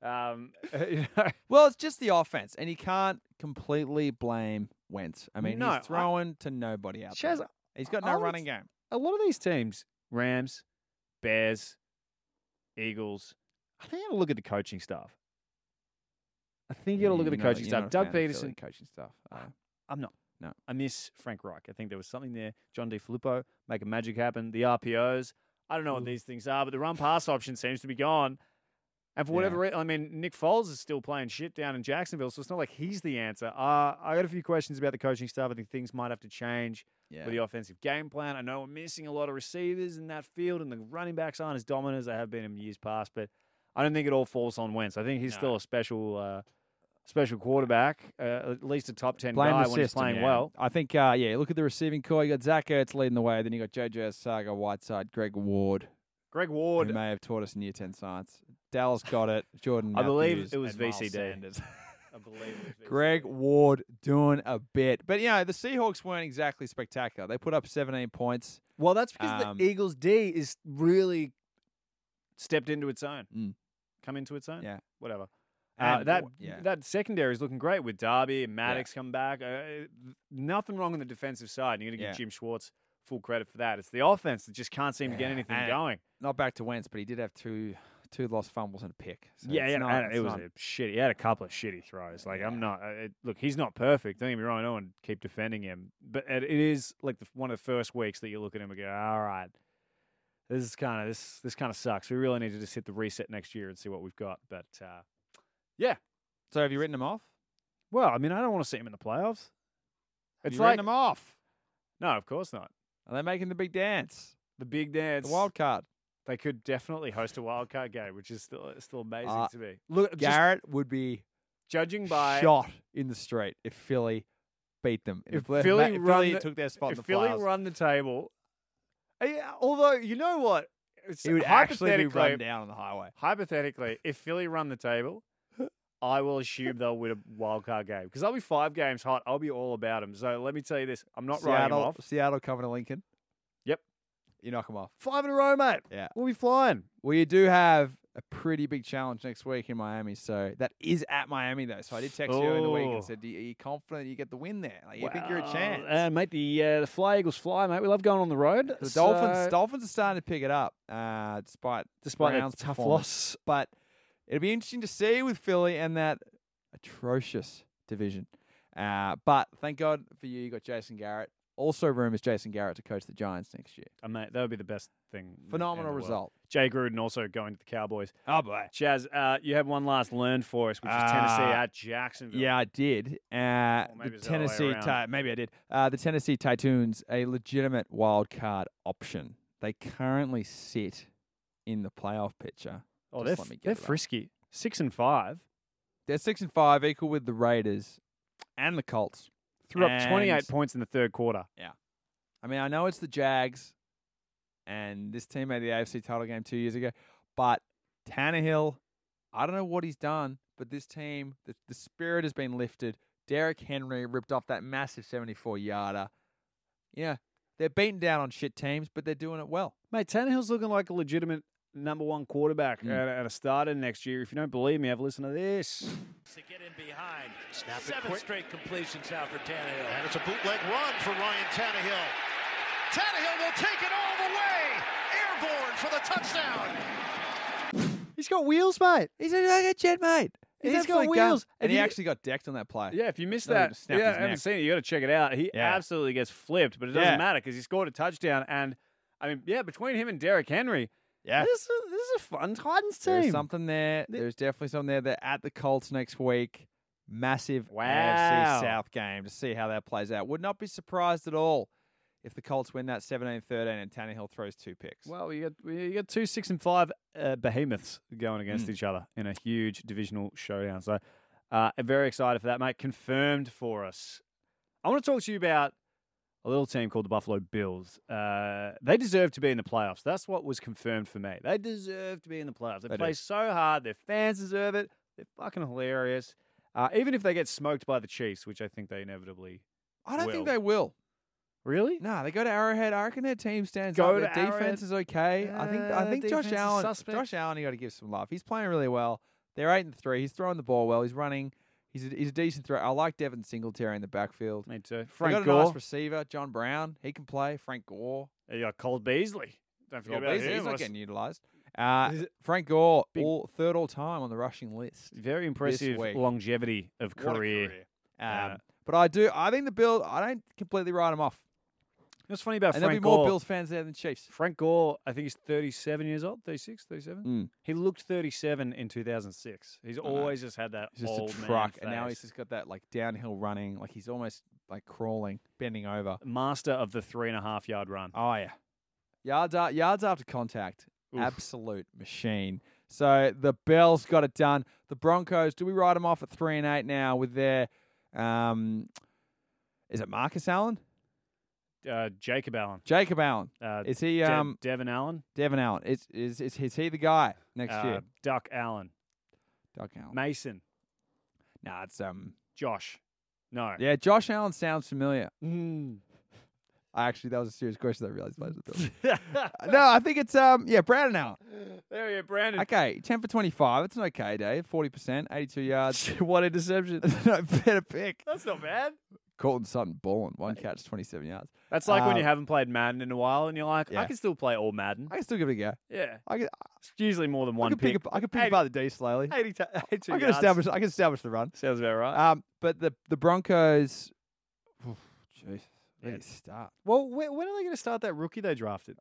Speaker 1: um, you know,
Speaker 2: Well, it's just the offense, and you can't completely blame Wentz. I mean,
Speaker 1: No, I-
Speaker 2: he's throwing to nobody out
Speaker 1: Chaz,
Speaker 2: there. He's got no
Speaker 1: I would-
Speaker 2: running game.
Speaker 1: a lot of these teams, Rams, Bears, Eagles, I think you got to look at the coaching staff. I think you got to look at the coaching staff. Doug Peterson,
Speaker 2: coaching uh, stuff.
Speaker 1: I'm not.
Speaker 2: No.
Speaker 1: I miss Frank Reich. I think there was something there. John D. Filippo, making magic happen. The RPOs. I don't know what these things are, but the run pass option seems to be gone. And for whatever reason, I mean, Nick Foles is still playing shit down in Jacksonville, so it's not like he's the answer. Uh, I got a few questions about the coaching staff. I think things might have to change
Speaker 2: yeah.
Speaker 1: with the offensive game plan. I know we're missing a lot of receivers in that field, and the running backs aren't as dominant as they have been in years past. But I don't think it all falls on Wentz. I think he's still a special, uh, special quarterback, uh, at least a top ten
Speaker 2: Blame
Speaker 1: guy
Speaker 2: the
Speaker 1: when he's
Speaker 2: system,
Speaker 1: playing
Speaker 2: yeah.
Speaker 1: well.
Speaker 2: I think, uh, yeah, look at the receiving core. You got Zach Ertz leading the way. Then you got JJ Saga, Whiteside, Greg Ward,
Speaker 1: Greg
Speaker 2: who
Speaker 1: Ward,
Speaker 2: may have taught us in Year 10 science. Dallas got it. Jordan
Speaker 1: I believe
Speaker 2: Matthews,
Speaker 1: it was
Speaker 2: and Miles
Speaker 1: VCD.
Speaker 2: Sanders.
Speaker 1: I believe, was
Speaker 2: Greg Ward doing a bit. But, you know, the Seahawks weren't exactly spectacular. They put up 17 points.
Speaker 1: Well, that's because
Speaker 2: Um,
Speaker 1: the Eagles D is really stepped into its own,
Speaker 2: Mm.
Speaker 1: come into its own.
Speaker 2: Yeah.
Speaker 1: whatever. Uh,
Speaker 2: And
Speaker 1: that
Speaker 2: w- yeah.
Speaker 1: that secondary is looking great with Darby and Maddox come back. Uh, Uh, nothing wrong on the defensive side. and You're going to give
Speaker 2: Yeah.
Speaker 1: Jim Schwartz full credit for that. It's the offense that just can't seem to get
Speaker 2: Yeah,
Speaker 1: anything
Speaker 2: and-
Speaker 1: going.
Speaker 2: not back to Wentz, but he did have two two lost fumbles and a pick. So
Speaker 1: yeah,
Speaker 2: it's
Speaker 1: yeah,
Speaker 2: not-
Speaker 1: and
Speaker 2: it's
Speaker 1: it was
Speaker 2: not-
Speaker 1: a shitty. He had a couple of shitty throws. Like I'm not. uh, It, look, he's not perfect. Don't get me wrong. I don't want to keep defending him, but it, it is like the, one of the first weeks that you look at him and go, "All right, this is kind of this this kind of sucks. We really need to just hit the reset next year and see what we've got." But uh,
Speaker 2: So have you written him off?
Speaker 1: well, I mean, I don't want to see him in the playoffs.
Speaker 2: Have
Speaker 1: It's
Speaker 2: you written
Speaker 1: like
Speaker 2: him off.
Speaker 1: no, of course not.
Speaker 2: Are they making the big dance?
Speaker 1: The big dance.
Speaker 2: The wild card.
Speaker 1: They could definitely host a wild card game, which is still still amazing
Speaker 2: Uh,
Speaker 1: to me. Look, just
Speaker 2: Garrett would be
Speaker 1: judging by
Speaker 2: shot in the straight if Philly beat them. in the
Speaker 1: If
Speaker 2: play-
Speaker 1: Philly
Speaker 2: if
Speaker 1: run
Speaker 2: Philly
Speaker 1: the-
Speaker 2: took their spot in
Speaker 1: if
Speaker 2: the
Speaker 1: Philly
Speaker 2: playoffs,
Speaker 1: run the table, Uh, yeah, although you know what, it's
Speaker 2: he would actually be
Speaker 1: hypothetically,
Speaker 2: run down on the highway.
Speaker 1: hypothetically, if Philly run the table, I will assume they'll win a wild card game because I'll be five games hot. I'll be all about them. So let me tell you this: I'm not
Speaker 2: Seattle,
Speaker 1: writing them off.
Speaker 2: Seattle coming to Lincoln.
Speaker 1: Yep.
Speaker 2: You knock him off.
Speaker 1: Five in a row, mate.
Speaker 2: Yeah.
Speaker 1: we'll be flying.
Speaker 2: Well, you do have a pretty big challenge next week in Miami. So that is at Miami, though. So I did text you in the week
Speaker 1: Oh.
Speaker 2: and said, "Do you- "Are you confident you get the win there? Like, you think you're a
Speaker 1: Well,
Speaker 2: chance?"
Speaker 1: uh, mate. The uh, the fly eagles fly, mate. We love going on the road.
Speaker 2: The
Speaker 1: so-
Speaker 2: Dolphins, Dolphins are starting to pick it up, uh, despite
Speaker 1: despite that
Speaker 2: Browns'
Speaker 1: tough
Speaker 2: performance.
Speaker 1: loss.
Speaker 2: But it'll be interesting to see with Philly and that atrocious division. Uh, but thank God for you, you got Jason Garrett. Also, room is Jason Garrett to coach the Giants next year.
Speaker 1: I mean, Uh, that would be the best thing. in the
Speaker 2: Phenomenal
Speaker 1: world.
Speaker 2: result.
Speaker 1: Jay Gruden also going to the Cowboys.
Speaker 2: Oh boy.
Speaker 1: Chaz, uh, you have one last learn for us, which is Tennessee
Speaker 2: Ah,
Speaker 1: at Jacksonville.
Speaker 2: Yeah, I did. Uh,
Speaker 1: maybe
Speaker 2: the
Speaker 1: it's the other way
Speaker 2: Tennessee,
Speaker 1: around.
Speaker 2: Ti- maybe I did. Uh, the Tennessee Titans, a legitimate wild card option. They currently sit in the playoff picture.
Speaker 1: Oh,
Speaker 2: Just
Speaker 1: they're,
Speaker 2: let me get
Speaker 1: they're
Speaker 2: it up.
Speaker 1: frisky. Six and five.
Speaker 2: They're six and five, equal with the Raiders and the Colts.
Speaker 1: Threw up
Speaker 2: And-
Speaker 1: 28 points in the third quarter.
Speaker 2: I mean, I know it's the Jags, and this team made the AFC title game two years ago, but Tannehill, I don't know what he's done, but this team, the, the spirit has been lifted. Derrick Henry ripped off that massive 74 yarder. Yeah, they're beaten down on shit teams, but they're doing it well.
Speaker 1: Mate, Tannehill's looking like a legitimate number one quarterback
Speaker 2: Mm.
Speaker 1: and and a starter next year. If you don't believe me, have a listen to this.
Speaker 6: to get in behind. Seven straight completions now for Tannehill.
Speaker 8: And it's a bootleg run for Ryan Tannehill. Tannehill will take it all the way. Airborne for the touchdown.
Speaker 1: He's got wheels, mate.
Speaker 2: He's a, like a jet mate.
Speaker 1: He's
Speaker 2: an
Speaker 1: got
Speaker 2: absolute gun.
Speaker 1: wheels.
Speaker 2: And
Speaker 1: If
Speaker 2: he
Speaker 1: you-
Speaker 2: actually got decked on that play.
Speaker 1: Yeah, if you missed
Speaker 2: No, he
Speaker 1: that,
Speaker 2: just snapped
Speaker 1: yeah,
Speaker 2: his
Speaker 1: I haven't
Speaker 2: neck.
Speaker 1: seen it. You got to check it out. He
Speaker 2: Yeah.
Speaker 1: absolutely gets flipped, but it doesn't
Speaker 2: Yeah.
Speaker 1: matter because he scored a touchdown. And I mean, yeah, between him and Derrick Henry,
Speaker 2: Yeah.
Speaker 1: this is, this is a fun Titans team.
Speaker 2: There's something there. There's definitely something there. They're at the Colts next week. Massive
Speaker 1: Wow.
Speaker 2: AFC South game to see how that plays out. Would not be surprised at all if the Colts win that 17 13 and Tannehill throws two picks.
Speaker 1: Well, you got you got two six and five uh, behemoths going against
Speaker 2: Hmm.
Speaker 1: each other in a huge divisional showdown. So, uh, I'm very excited for that, mate. Confirmed for us. I want to talk to you about a little team called the Buffalo Bills. Uh, they deserve to be in the playoffs. That's what was confirmed for me. They deserve to be in the playoffs. They,
Speaker 2: They do.
Speaker 1: play so hard. Their fans deserve it. They're fucking hilarious. Uh, even if they get smoked by the Chiefs, which I think they inevitably
Speaker 2: I don't think
Speaker 1: Will.
Speaker 2: they will.
Speaker 1: really.
Speaker 2: No, they go to Arrowhead. I reckon their team stands
Speaker 1: Go
Speaker 2: up.
Speaker 1: to
Speaker 2: Their
Speaker 1: Arrowhead.
Speaker 2: defense is okay. I think I
Speaker 1: Uh,
Speaker 2: think
Speaker 1: defense
Speaker 2: Josh
Speaker 1: is
Speaker 2: Allen.
Speaker 1: suspect.
Speaker 2: Josh Allen, you got to give some love. He's playing really well. They're eight and three. He's throwing the ball well. He's running. He's a, he's a decent threat. I like Devin Singletary in the backfield.
Speaker 1: Me too.
Speaker 2: They
Speaker 1: Frank
Speaker 2: got a
Speaker 1: Gore.
Speaker 2: nice receiver, John Brown. He can play. Frank Gore.
Speaker 1: you got Cole Beasley. Don't forget
Speaker 2: Well,
Speaker 1: about
Speaker 2: he's,
Speaker 1: him.
Speaker 2: he's not
Speaker 1: Let's-
Speaker 2: getting utilised. Uh, Frank Gore,
Speaker 1: big-
Speaker 2: all, third all time on the rushing list.
Speaker 1: Very impressive
Speaker 2: week.
Speaker 1: longevity of
Speaker 2: What a
Speaker 1: career.
Speaker 2: Um,
Speaker 1: Yeah.
Speaker 2: But I do. I think the Bill. I don't completely write him off.
Speaker 1: What's funny about
Speaker 2: and
Speaker 1: Frank
Speaker 2: there'll be more
Speaker 1: Gore?
Speaker 2: Bills fans there than Chiefs.
Speaker 1: Frank Gore, I think he's 37 years old, 36, 37.
Speaker 2: Mm.
Speaker 1: He looked 37 in 2006. He's always just had that
Speaker 2: He's just
Speaker 1: old
Speaker 2: a truck,
Speaker 1: man
Speaker 2: and now he's
Speaker 1: face.
Speaker 2: just got that like downhill running. Like he's almost like crawling, bending over.
Speaker 1: master of the three and a half yard run.
Speaker 2: Oh yeah, yards a- yards after contact,
Speaker 1: Oof.
Speaker 2: absolute machine. So the Bills got it done. The Broncos, do we write them off at three and eight now with their, um, is it Marcus Allen,
Speaker 1: Uh, Jacob Allen,
Speaker 2: Jacob Allen?
Speaker 1: uh,
Speaker 2: Oh. Is he
Speaker 1: De-
Speaker 2: um
Speaker 1: Devin Allen,
Speaker 2: Devin Allen? Is is is, is he the guy next
Speaker 1: uh,
Speaker 2: year?
Speaker 1: Duck Allen,
Speaker 2: Doug Allen.
Speaker 1: Mason,
Speaker 2: Nah, it's um
Speaker 1: Josh. No,
Speaker 2: yeah. Josh Allen sounds familiar.
Speaker 1: Mm.
Speaker 2: I actually that was a serious question. that I realized. plays with Bills. no, I think it's um yeah Brandon Allen.
Speaker 1: there you go, Brandon.
Speaker 2: Okay, ten for twenty-five. That's an okay day. Forty percent, eighty-two yards. what interception! no better pick.
Speaker 1: That's not bad.
Speaker 2: Colton Sutton balling. One catch, twenty-seven yards.
Speaker 1: That's like when you
Speaker 2: Um,
Speaker 1: haven't played Madden in a while, and you're like, I
Speaker 2: yeah.
Speaker 1: can still play all Madden.
Speaker 2: I can still give it a go.
Speaker 1: Yeah,
Speaker 2: I can,
Speaker 1: it's usually more than
Speaker 2: I
Speaker 1: one
Speaker 2: can pick.
Speaker 1: pick.
Speaker 2: up, I can pick
Speaker 1: Eighty-
Speaker 2: apart the D slowly.
Speaker 1: 80 to 82
Speaker 2: I can
Speaker 1: yards.
Speaker 2: establish. I can establish the run.
Speaker 1: Sounds about right.
Speaker 2: Um, but the the Broncos. Oof, Jeez, where do you start?
Speaker 1: well, when, when are they going to start that rookie they drafted?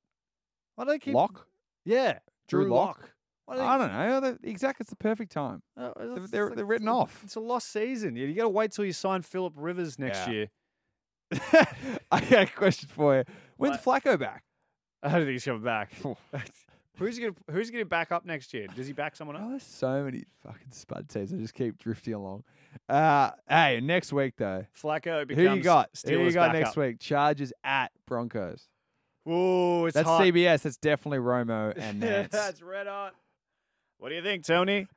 Speaker 1: Why do they keep
Speaker 2: Lock
Speaker 1: Yeah,
Speaker 2: Drew, Lock.
Speaker 1: Why do they-
Speaker 2: I don't know. The- Exactly, it's the perfect time.
Speaker 1: Uh, it's-
Speaker 2: They're-
Speaker 1: it's
Speaker 2: they're-
Speaker 1: like-
Speaker 2: they're written
Speaker 1: it's a-
Speaker 2: off.
Speaker 1: It's a lost season. You, you got to wait till you sign Philip Rivers next
Speaker 2: Yeah.
Speaker 1: year.
Speaker 2: I got a question for you. When's Flacco back?
Speaker 1: I don't think he's coming back. who's going to Who's going to back up next year? Does he back someone
Speaker 2: Oh,
Speaker 1: up?
Speaker 2: there's so many fucking spud teams that just keep drifting along. Uh, hey, next week though,
Speaker 1: Flacco becomes
Speaker 2: who you got?
Speaker 1: Steelers
Speaker 2: Who you got
Speaker 1: backup.
Speaker 2: next week? Chargers at Broncos.
Speaker 1: Ooh, it's
Speaker 2: That's
Speaker 1: hot.
Speaker 2: CBS. That's definitely Romo and Nance.
Speaker 1: That's red hot. What do you think, Tony?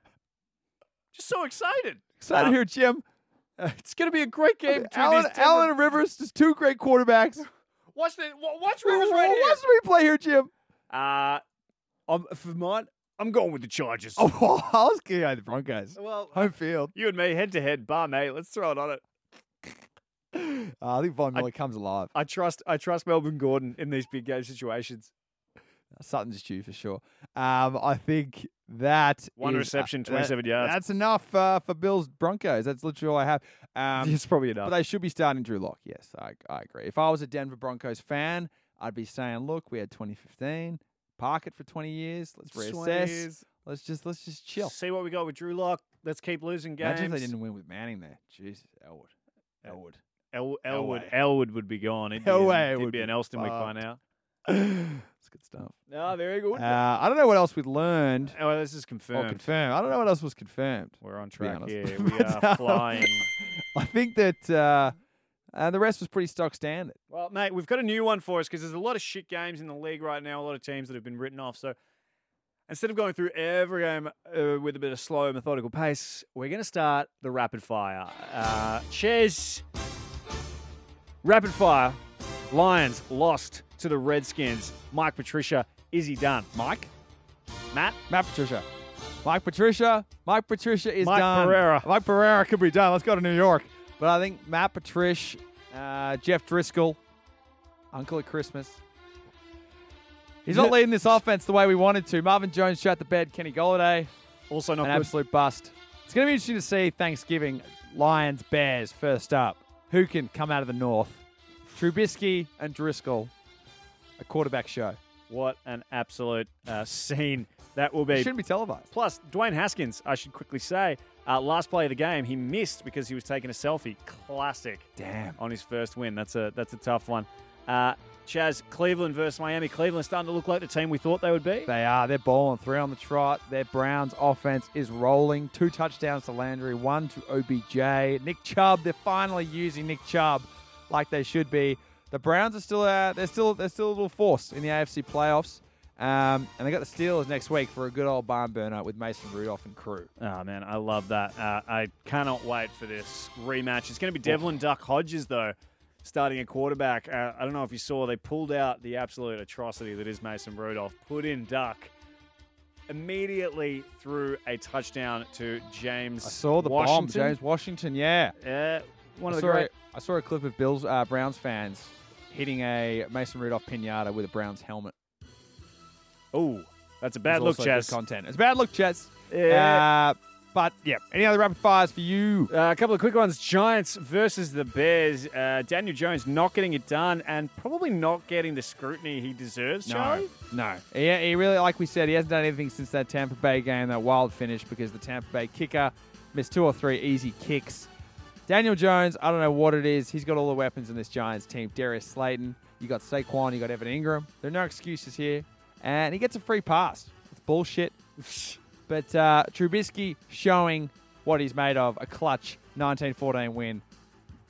Speaker 1: Just so excited.
Speaker 2: Excited
Speaker 1: Um,
Speaker 2: here, Jim.
Speaker 1: It's going to be a great game. between
Speaker 2: Allen,
Speaker 1: these
Speaker 2: Allen
Speaker 1: different-
Speaker 2: and Rivers, just two great quarterbacks.
Speaker 1: watch the wa- watch
Speaker 2: Who
Speaker 1: Rivers right here.
Speaker 2: wants to replay here, Jim?
Speaker 1: Uh, I'm, for mine, I'm going with the Chargers.
Speaker 2: Oh, I was going to the Broncos.
Speaker 1: well,
Speaker 2: Home field.
Speaker 1: you and me head to head, bar mate. Let's throw it on it.
Speaker 2: Uh, I think Von Miller comes alive.
Speaker 1: I trust I trust Melvin Gordon in these big game situations.
Speaker 2: Sutton's due for sure. Um, I think that
Speaker 1: One
Speaker 2: is- uh,
Speaker 1: reception,
Speaker 2: that-
Speaker 1: 27 yards.
Speaker 2: That's enough uh, for Bills Broncos. That's literally all I have. Um,
Speaker 1: it's probably enough.
Speaker 2: but they should be starting Drew Lock. Yes, I, I agree. If I was a Denver Broncos fan, I'd be saying, look, we had 2015, park it for 20 years. Let's
Speaker 1: It's
Speaker 2: reassess.
Speaker 1: 20 years.
Speaker 2: Let's just let's just chill.
Speaker 1: See what we got with Drew Lock. Let's keep losing games.
Speaker 2: Imagine if they didn't win with Manning there. Jesus, Elwood, Elwood.
Speaker 1: El- Elwood,
Speaker 2: Elway.
Speaker 1: Elwood would be gone. It'd be,
Speaker 2: Elway
Speaker 1: an, would
Speaker 2: would
Speaker 1: be
Speaker 2: be
Speaker 1: an Elstonwick by
Speaker 2: fucked.
Speaker 1: now.
Speaker 2: It's good stuff.
Speaker 1: No, very good.
Speaker 2: Uh, I don't know what else we learned
Speaker 1: oh, this is
Speaker 2: or
Speaker 1: confirmed.
Speaker 2: confirmed. I don't know what else was confirmed.
Speaker 1: We're on track
Speaker 2: honest.
Speaker 1: here. We
Speaker 2: But,
Speaker 1: are
Speaker 2: um,
Speaker 1: flying.
Speaker 2: I think that uh, uh, the rest was pretty stock standard.
Speaker 1: Well, mate, we've got a new one for us because there's a lot of shit games in the league right now, a lot of teams that have been written off. So instead of going through every game uh, with a bit of slow, methodical pace, we're going to start the rapid fire. Uh, cheers. Rapid fire. Lions lost to the Redskins. Mike Patricia, is he done?
Speaker 2: Mike,
Speaker 1: Matt?
Speaker 2: Matt Patricia, Mike Patricia, Mike Patricia is
Speaker 1: Mike
Speaker 2: done.
Speaker 1: Pereira.
Speaker 2: Mike Pereira could be done. Let's go to New York. But I think Matt Patricia, uh, Jeff Driscoll, Uncle at Christmas. He's not leading this offense the way we wanted to. Marvin Jones shut the bed. Kenny Golladay.
Speaker 1: Also not
Speaker 2: an
Speaker 1: good.
Speaker 2: absolute bust. It's going to be interesting to see Thanksgiving Lions Bears first up. Who can come out of the north? Trubisky and Driscoll, a quarterback show.
Speaker 1: What an absolute uh, scene that will
Speaker 2: It
Speaker 1: be.
Speaker 2: shouldn't be televised.
Speaker 1: Plus, Dwayne Haskins, I should quickly say, uh, last play of the game, he missed because he was taking a selfie. Classic.
Speaker 2: Damn.
Speaker 1: On his first win, that's a that's a tough one. Uh, Chaz, Cleveland versus Miami. Cleveland's starting to look like the team we thought they would be.
Speaker 2: They are. They're balling three on the trot. Their Browns offense is rolling. Two touchdowns to Landry, one to OBJ. Nick Chubb. They're finally using Nick Chubb like they should be. The Browns are still uh, they're still they're still a little force in the AFC playoffs. Um, and they got the Steelers next week for a good old barn burner with Mason Rudolph and crew.
Speaker 1: Oh man, I love that. Uh, I cannot wait for this rematch. It's going to be Devlin Duck Hodges though, starting a quarterback. Uh, I don't know if you saw they pulled out the absolute atrocity that is Mason Rudolph. Put in Duck immediately threw a touchdown to James.
Speaker 2: I saw the
Speaker 1: Washington.
Speaker 2: bomb, James Washington. Yeah,
Speaker 1: Yeah, one
Speaker 2: I
Speaker 1: of the
Speaker 2: saw
Speaker 1: great.
Speaker 2: a- I saw a clip of Bills uh, Browns fans hitting a Mason Rudolph pinata with a Browns helmet.
Speaker 1: Oh, that's a bad
Speaker 2: It's
Speaker 1: look,
Speaker 2: also good
Speaker 1: Chaz.
Speaker 2: Content. It's bad look, Chess.
Speaker 1: Yeah.
Speaker 2: Uh, but yeah. Any other rapid fires for you?
Speaker 1: Uh, a couple of quick ones. Giants versus the Bears. Uh, Daniel Jones not getting it done and probably not getting the scrutiny he deserves, Charlie.
Speaker 2: no. Yeah, he really, like we said, he hasn't done anything since that Tampa Bay game, that wild finish, because the Tampa Bay kicker missed two or three easy kicks. Daniel Jones, I don't know what it is. He's got all the weapons in this Giants team. Darius Slayton, you got Saquon, you got Evan Ingram. There are no excuses here, and he gets a free pass. It's bullshit. but uh, Trubisky showing what he's made of a clutch 19-14 win.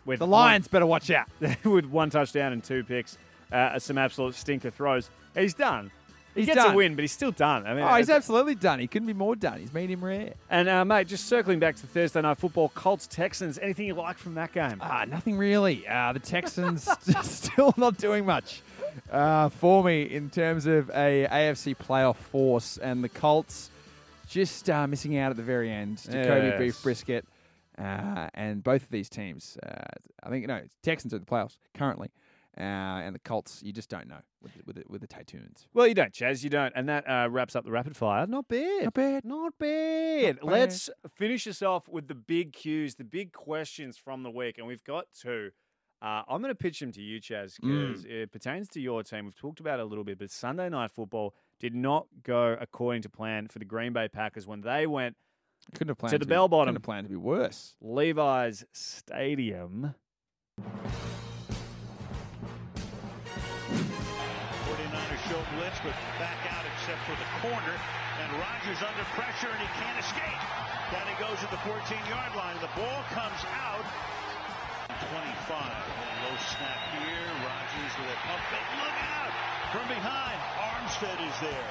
Speaker 1: With
Speaker 2: The
Speaker 1: one-
Speaker 2: Lions better watch out.
Speaker 1: with one touchdown and two picks, uh, some absolute stinker throws. He's done. He
Speaker 2: He's
Speaker 1: gets a
Speaker 2: done.
Speaker 1: win, but he's still done. I mean,
Speaker 2: Oh, he's
Speaker 1: it's-
Speaker 2: absolutely done. He couldn't be more done. He's medium rare.
Speaker 1: and uh, mate, just circling back to Thursday night football, Colts Texans. Anything you like from that game?
Speaker 2: Ah, nothing really. Uh, the Texans st- still not doing much uh, for me in terms of a AFC playoff force, and the Colts just uh, missing out at the very end. Jacoby
Speaker 1: Yes.
Speaker 2: Beef Brisket, uh, and both of these teams, uh, I think no Texans are in the playoffs currently, uh, and the Colts you just don't know with the, with the, with the Titans.
Speaker 1: well, you don't, Chaz. You don't. And that uh, wraps up the rapid fire. Not bad.
Speaker 2: Not bad.
Speaker 1: Not bad.
Speaker 2: Not bad.
Speaker 1: Let's finish this off with the big cues, the big questions from the week, and we've got two. Uh, I'm going to pitch them to you, Chaz,
Speaker 2: Mm.
Speaker 1: because it pertains to your team. We've talked about it a little bit, but Sunday night football did not go according to plan for the Green Bay Packers when they went
Speaker 2: Couldn't have planned
Speaker 1: the
Speaker 2: be-
Speaker 1: bell bottom.
Speaker 2: Couldn't have planned to be worse.
Speaker 1: Levi's Stadium.
Speaker 7: 49ers showed blitz, but back out except for the corner. And Rodgers under pressure, and he can't escape. Down he goes at the 14-yard line. The ball comes out. 25. Low snap here. Rodgers with a pump fake. Look out! From behind, Armstead is there.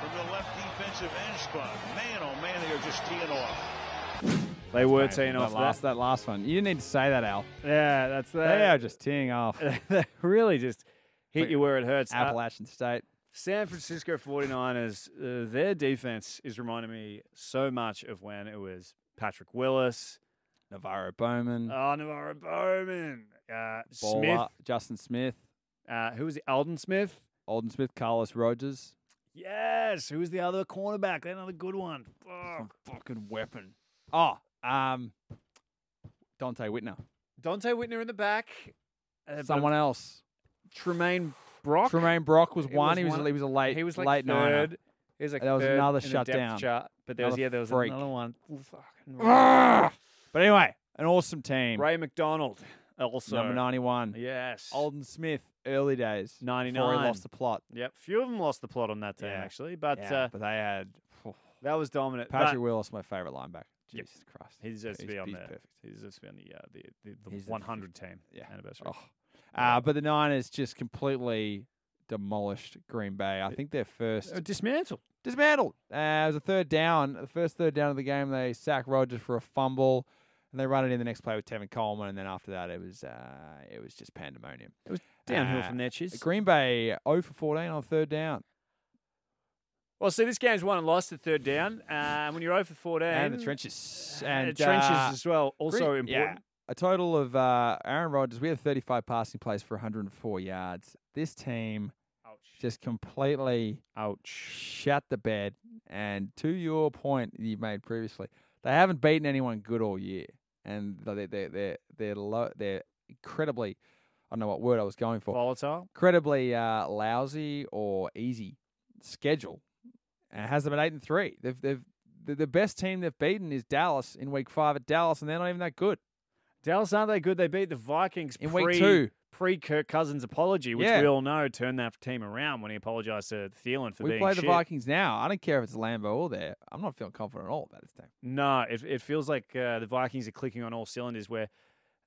Speaker 7: From the left defensive end spot. Man, oh man, they are just teeing off.
Speaker 1: They were
Speaker 2: That
Speaker 1: teeing off
Speaker 2: last,
Speaker 1: that.
Speaker 2: that last one. You didn't need to say that, Al.
Speaker 1: Yeah, that's
Speaker 2: They are
Speaker 1: that.
Speaker 2: just teeing off.
Speaker 1: They really just hit
Speaker 2: Like
Speaker 1: you where it hurts. Uh,
Speaker 2: Appalachian State.
Speaker 1: San Francisco 49ers, uh, their defense is reminding me so much of when it was Patrick Willis,
Speaker 2: Navarro Bowman.
Speaker 1: oh, Navarro Bowman, uh,
Speaker 2: Baller,
Speaker 1: Smith,
Speaker 2: Justin Smith.
Speaker 1: uh, who was it, Alden Smith?
Speaker 2: Alden Smith, Carlos Rogers.
Speaker 1: Yes. Who's the other cornerback? Another good one. Oh,
Speaker 2: Fucking weapon. Oh, um, Dante Whitner.
Speaker 1: Dante Whitner in the back. Uh, but
Speaker 2: Someone else.
Speaker 1: Tremaine Brock.
Speaker 2: Tremaine Brock was
Speaker 1: It
Speaker 2: one.
Speaker 1: was
Speaker 2: he was
Speaker 1: one-
Speaker 2: he was a late
Speaker 1: He was like
Speaker 2: late
Speaker 1: third.
Speaker 2: nighter.
Speaker 1: He was like
Speaker 2: There was
Speaker 1: third
Speaker 2: another
Speaker 1: in the
Speaker 2: shutdown.
Speaker 1: Depth chart, but there was
Speaker 2: Another
Speaker 1: yeah, there was
Speaker 2: freak.
Speaker 1: another one. Fucking
Speaker 2: But anyway, an awesome team.
Speaker 1: Ray McDonald also
Speaker 2: Number ninety one.
Speaker 1: Yes.
Speaker 2: Alden Smith, early days. Before he
Speaker 1: 99.
Speaker 2: lost the plot.
Speaker 1: Yep. Few of them lost the plot on that team
Speaker 2: Yeah.
Speaker 1: actually, but
Speaker 2: Yeah,
Speaker 1: uh,
Speaker 2: but they had
Speaker 1: that was dominant. But
Speaker 2: Patrick Willis, my favorite linebacker.
Speaker 1: Yep.
Speaker 2: Jesus Christ.
Speaker 1: he deserves to
Speaker 2: He's-
Speaker 1: be on
Speaker 2: he's
Speaker 1: there.
Speaker 2: perfect.
Speaker 1: He deserves to be on the uh, the, the, the
Speaker 2: He's the
Speaker 1: 100 team
Speaker 2: Yeah.
Speaker 1: anniversary.
Speaker 2: Oh. Uh, but the Niners just completely demolished Green Bay. I think their first
Speaker 1: Uh, dismantled.
Speaker 2: dismantled. Uh, it was a third down, the first third down of the game. They sack Rogers for a fumble, and they run it in the next play with Tevin Coleman. And then after that, it was uh, it was just pandemonium. It was
Speaker 1: Downhill from there, cheers.
Speaker 2: Green Bay 0 for 14 on third down,
Speaker 1: Well, see, this game's won and lost at third down. Uh, when you're over 14,
Speaker 2: and, the trenches
Speaker 1: and
Speaker 2: and
Speaker 1: trenches
Speaker 2: uh,
Speaker 1: as well, also important.
Speaker 2: Green- yeah. A total of uh, Aaron Rodgers. We had 35 passing plays for 104 yards. This team
Speaker 1: Ouch.
Speaker 2: just completely
Speaker 1: Ouch.
Speaker 2: shut the bed. And to your point you made previously, they haven't beaten anyone good all year, and they they they they're low, they're incredibly. I don't know what word I was going for.
Speaker 1: Volatile.
Speaker 2: Incredibly uh, lousy or easy schedule. And it has them at eight and three. They've they've the, the best team they've beaten is Dallas in week five at Dallas, and they're not even that good.
Speaker 1: Dallas aren't they good? They beat the Vikings
Speaker 2: In
Speaker 1: pre,
Speaker 2: week two.
Speaker 1: pre Kirk Cousins apology, which
Speaker 2: Yeah.
Speaker 1: we all know turned that team around when he apologized to Thielen for
Speaker 2: we
Speaker 1: being
Speaker 2: play
Speaker 1: shit.
Speaker 2: the Vikings now. I don't care if it's Lambeau or there. I'm not feeling confident at all about this team.
Speaker 1: No, it, it feels like uh, the Vikings are clicking on all cylinders. Where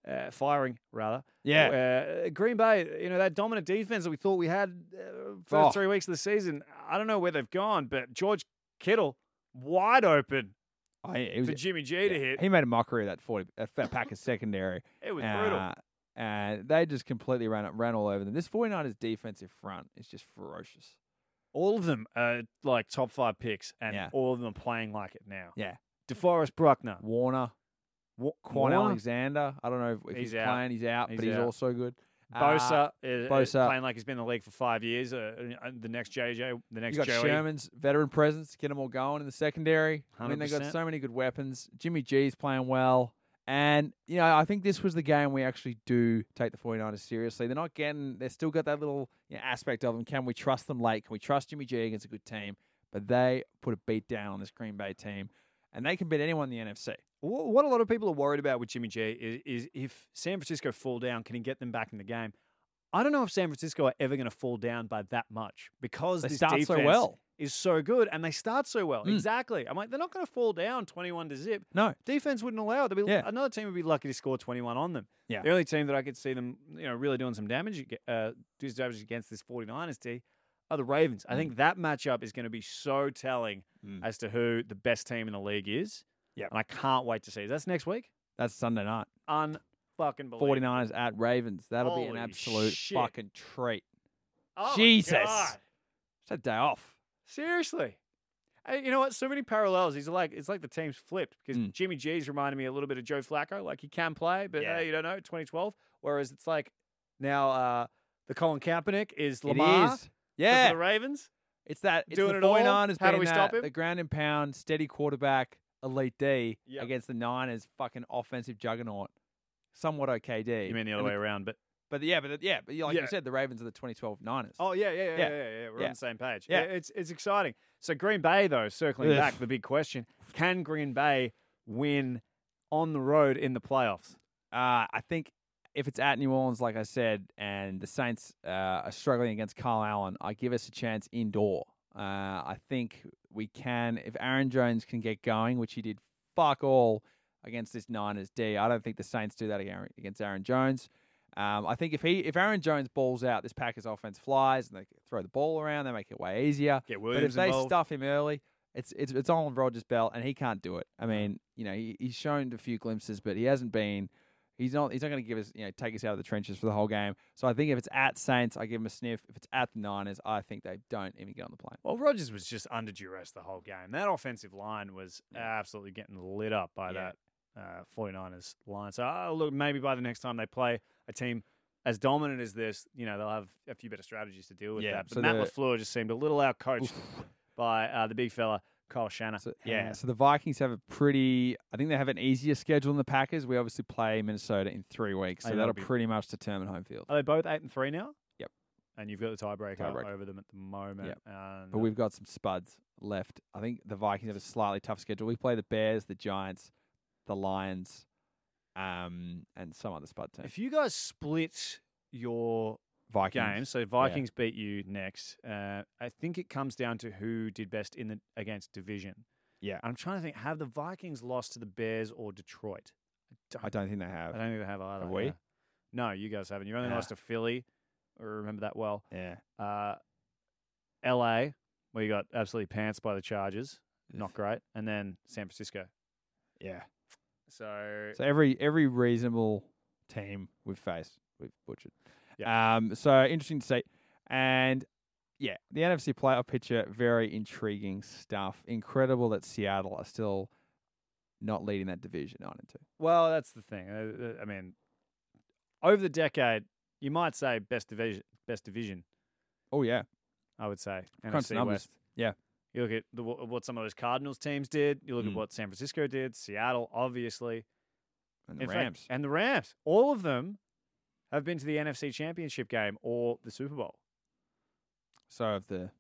Speaker 1: uh, firing rather, Uh, Green Bay, you know that dominant defense that we thought we had uh, first
Speaker 2: Oh.
Speaker 1: three weeks of the season. I don't know where they've gone, but George Kittle wide open
Speaker 2: Oh, yeah, it was
Speaker 1: for Jimmy G to
Speaker 2: Yeah,
Speaker 1: hit.
Speaker 2: He made a mockery of that forty that fat pack of secondary.
Speaker 1: It was brutal.
Speaker 2: Uh, And they just completely ran it- ran all over them. This 49ers defensive front is just ferocious.
Speaker 1: All of them are like top five picks, and
Speaker 2: Yeah.
Speaker 1: all of them are playing like it now.
Speaker 2: Yeah.
Speaker 1: DeForest Bruckner,
Speaker 2: Warner,
Speaker 1: Wa-
Speaker 2: Quan
Speaker 1: Warner?
Speaker 2: Alexander. I don't know if, if he's,
Speaker 1: He's out.
Speaker 2: playing, he's out, but
Speaker 1: He's
Speaker 2: he's
Speaker 1: out.
Speaker 2: also good. Uh,
Speaker 1: Bosa, is
Speaker 2: Bosa.
Speaker 1: playing like he's been in the league for five years. Uh, uh, the next JJ, the next
Speaker 2: you got
Speaker 1: Joey.
Speaker 2: Sherman's veteran presence, get them all going in the secondary. I mean, they got
Speaker 1: 100%.
Speaker 2: so many good weapons. Jimmy G's playing well. And, you know, I think this was the game we actually do take the 49ers seriously. They're not getting, they've still got that little you know, aspect of them. Can we trust them late? Can we trust Jimmy G against a good team? But they put a beat down on this Green Bay team, and they can beat anyone in the NFC.
Speaker 1: Wh- What a lot of people are worried about with Jimmy G is, is if San Francisco fall down, can he get them back in the game? I don't know if San Francisco are ever going to fall down by that much because
Speaker 2: They
Speaker 1: this
Speaker 2: start so
Speaker 1: defense
Speaker 2: well.
Speaker 1: is so good and they start so well.
Speaker 2: Mm.
Speaker 1: Exactly. I'm like, they're not going to fall down 21 to zip.
Speaker 2: No.
Speaker 1: Defense wouldn't allow it. They'd be,
Speaker 2: Yeah.
Speaker 1: Another team would be lucky to score 21 on them.
Speaker 2: Yeah.
Speaker 1: The only team that I could see them, you know, really doing some damage, ag- uh, do some damage against this 49ers D are the Ravens. I think that matchup is going to be so telling
Speaker 2: Mm.
Speaker 1: as to who the best team in the league is.
Speaker 2: Yeah.
Speaker 1: And I can't wait to see. That's next week.
Speaker 2: That's Sunday night.
Speaker 1: Unfucking believable.
Speaker 2: 49ers at Ravens. That'll be an
Speaker 1: Holy
Speaker 2: absolute
Speaker 1: shit.
Speaker 2: fucking treat.
Speaker 1: Oh my
Speaker 2: Jesus.
Speaker 1: God.
Speaker 2: It's a day off.
Speaker 1: Seriously. Hey, you know what? So many parallels. He's like, it's like the team's flipped because
Speaker 2: Mm.
Speaker 1: Jimmy G's reminded me a little bit of Joe Flacco. Like he can play, but
Speaker 2: Yeah.
Speaker 1: hey, you don't know. 2012. Whereas it's like now uh, the Colin Kaepernick is Lamar
Speaker 2: It
Speaker 1: for
Speaker 2: is. Yeah.
Speaker 1: the Ravens.
Speaker 2: It's that it's
Speaker 1: Doing
Speaker 2: the
Speaker 1: it all?
Speaker 2: 49ers
Speaker 1: How do
Speaker 2: being
Speaker 1: we
Speaker 2: that,
Speaker 1: stop him?
Speaker 2: The ground and pound, steady quarterback, elite D
Speaker 1: Yep.
Speaker 2: against the Niners, fucking offensive juggernaut, somewhat OKD.
Speaker 1: You mean the
Speaker 2: And
Speaker 1: other way around? But
Speaker 2: But yeah, but yeah, but like
Speaker 1: Yeah.
Speaker 2: you said, the Ravens are the 2012 Niners.
Speaker 1: oh yeah, yeah, yeah, yeah,
Speaker 2: Yeah.
Speaker 1: yeah. yeah. We're
Speaker 2: Yeah.
Speaker 1: on the same page.
Speaker 2: Yeah.
Speaker 1: Yeah, it's it's exciting. So Green Bay though, circling
Speaker 2: Ugh.
Speaker 1: back, the big question: Can Green Bay win on the road in the playoffs?
Speaker 2: Uh, I think if it's at New Orleans, like I said, and the Saints uh, are struggling against Carl Allen, I give us a chance indoor. Uh, I think we can if Aaron Jones can get going, which he did fuck all against this Niners D. I don't think the Saints do that again- against Aaron Jones. Um, I think if he if Aaron Jones balls out, this Packers offense flies and they throw the ball around, they make it way easier.
Speaker 1: Get
Speaker 2: But if
Speaker 1: Williams
Speaker 2: they
Speaker 1: involved.
Speaker 2: stuff him early, it's it's it's on Rogers Bell, and he can't do it. I mean, you know, he, he's shown a few glimpses, but he hasn't been. He's not. He's not going to give us, you know, take us out of the trenches for the whole game. So I think if it's at Saints, I give him a sniff. If it's at the Niners, I think they don't even get on the plane.
Speaker 1: Well, Rogers was just under duress the whole game. That offensive line was absolutely getting lit up by
Speaker 2: Yeah.
Speaker 1: ah, that uh, 49ers line. So, oh, look, maybe by the next time they play a team as dominant as this, you know, they'll have a few better strategies to deal with
Speaker 2: Yeah,
Speaker 1: that. But
Speaker 2: so
Speaker 1: Matt
Speaker 2: the-
Speaker 1: LaFleur just seemed a little out coached by uh, the big fella, Kyle Shanna.
Speaker 2: So,
Speaker 1: yeah.
Speaker 2: So the Vikings have a pretty, I think they have an easier schedule than the Packers. We obviously play Minnesota in three weeks, so
Speaker 1: Hey, Oh, that'll
Speaker 2: that'll
Speaker 1: be-
Speaker 2: pretty much determine home field.
Speaker 1: Are they both eight and three now?
Speaker 2: Yep.
Speaker 1: And you've got the tiebreaker,
Speaker 2: Tiebreaker.
Speaker 1: over them at the moment.
Speaker 2: Yep.
Speaker 1: And, uh,
Speaker 2: But we've got some spuds left. I think the Vikings have a slightly tough schedule. We play the Bears, the Giants, the Lions, um, and some other spud team.
Speaker 1: if you guys split your
Speaker 2: Vikings.
Speaker 1: game, so Vikings beat you next. Uh, I think it comes down to who did best in the against division.
Speaker 2: Yeah.
Speaker 1: I'm trying to think. Have the Vikings lost to the Bears or Detroit?
Speaker 2: I don't think they
Speaker 1: I
Speaker 2: have.
Speaker 1: don't think they have either.
Speaker 2: we?
Speaker 1: yeah. No, you guys haven't. You only
Speaker 2: Nah.
Speaker 1: lost to Philly. I remember that well.
Speaker 2: Yeah.
Speaker 1: Uh, L.A. where you got absolutely pants by the Chargers. Not great. And then San Francisco.
Speaker 2: Yeah.
Speaker 1: So,
Speaker 2: So every every reasonable team we've faced, we've butchered. Um, so interesting to see. And yeah, the NFC playoff picture, very intriguing stuff. Incredible that Seattle are still not leading that division nine and two.
Speaker 1: well, that's the thing. Uh, uh, I mean, over the decade, you might say best division. Best division.
Speaker 2: Oh yeah.
Speaker 1: I would say.
Speaker 2: Crunch
Speaker 1: NFC
Speaker 2: numbers.
Speaker 1: West.
Speaker 2: Yeah.
Speaker 1: You look at the, wh- what some of those Cardinals teams did. You look
Speaker 2: Mm.
Speaker 1: at what San Francisco did, Seattle, obviously.
Speaker 2: And the
Speaker 1: In fact-
Speaker 2: Rams.
Speaker 1: and the Rams. All of them have been to the NFC Championship game or the Super Bowl.
Speaker 2: so of the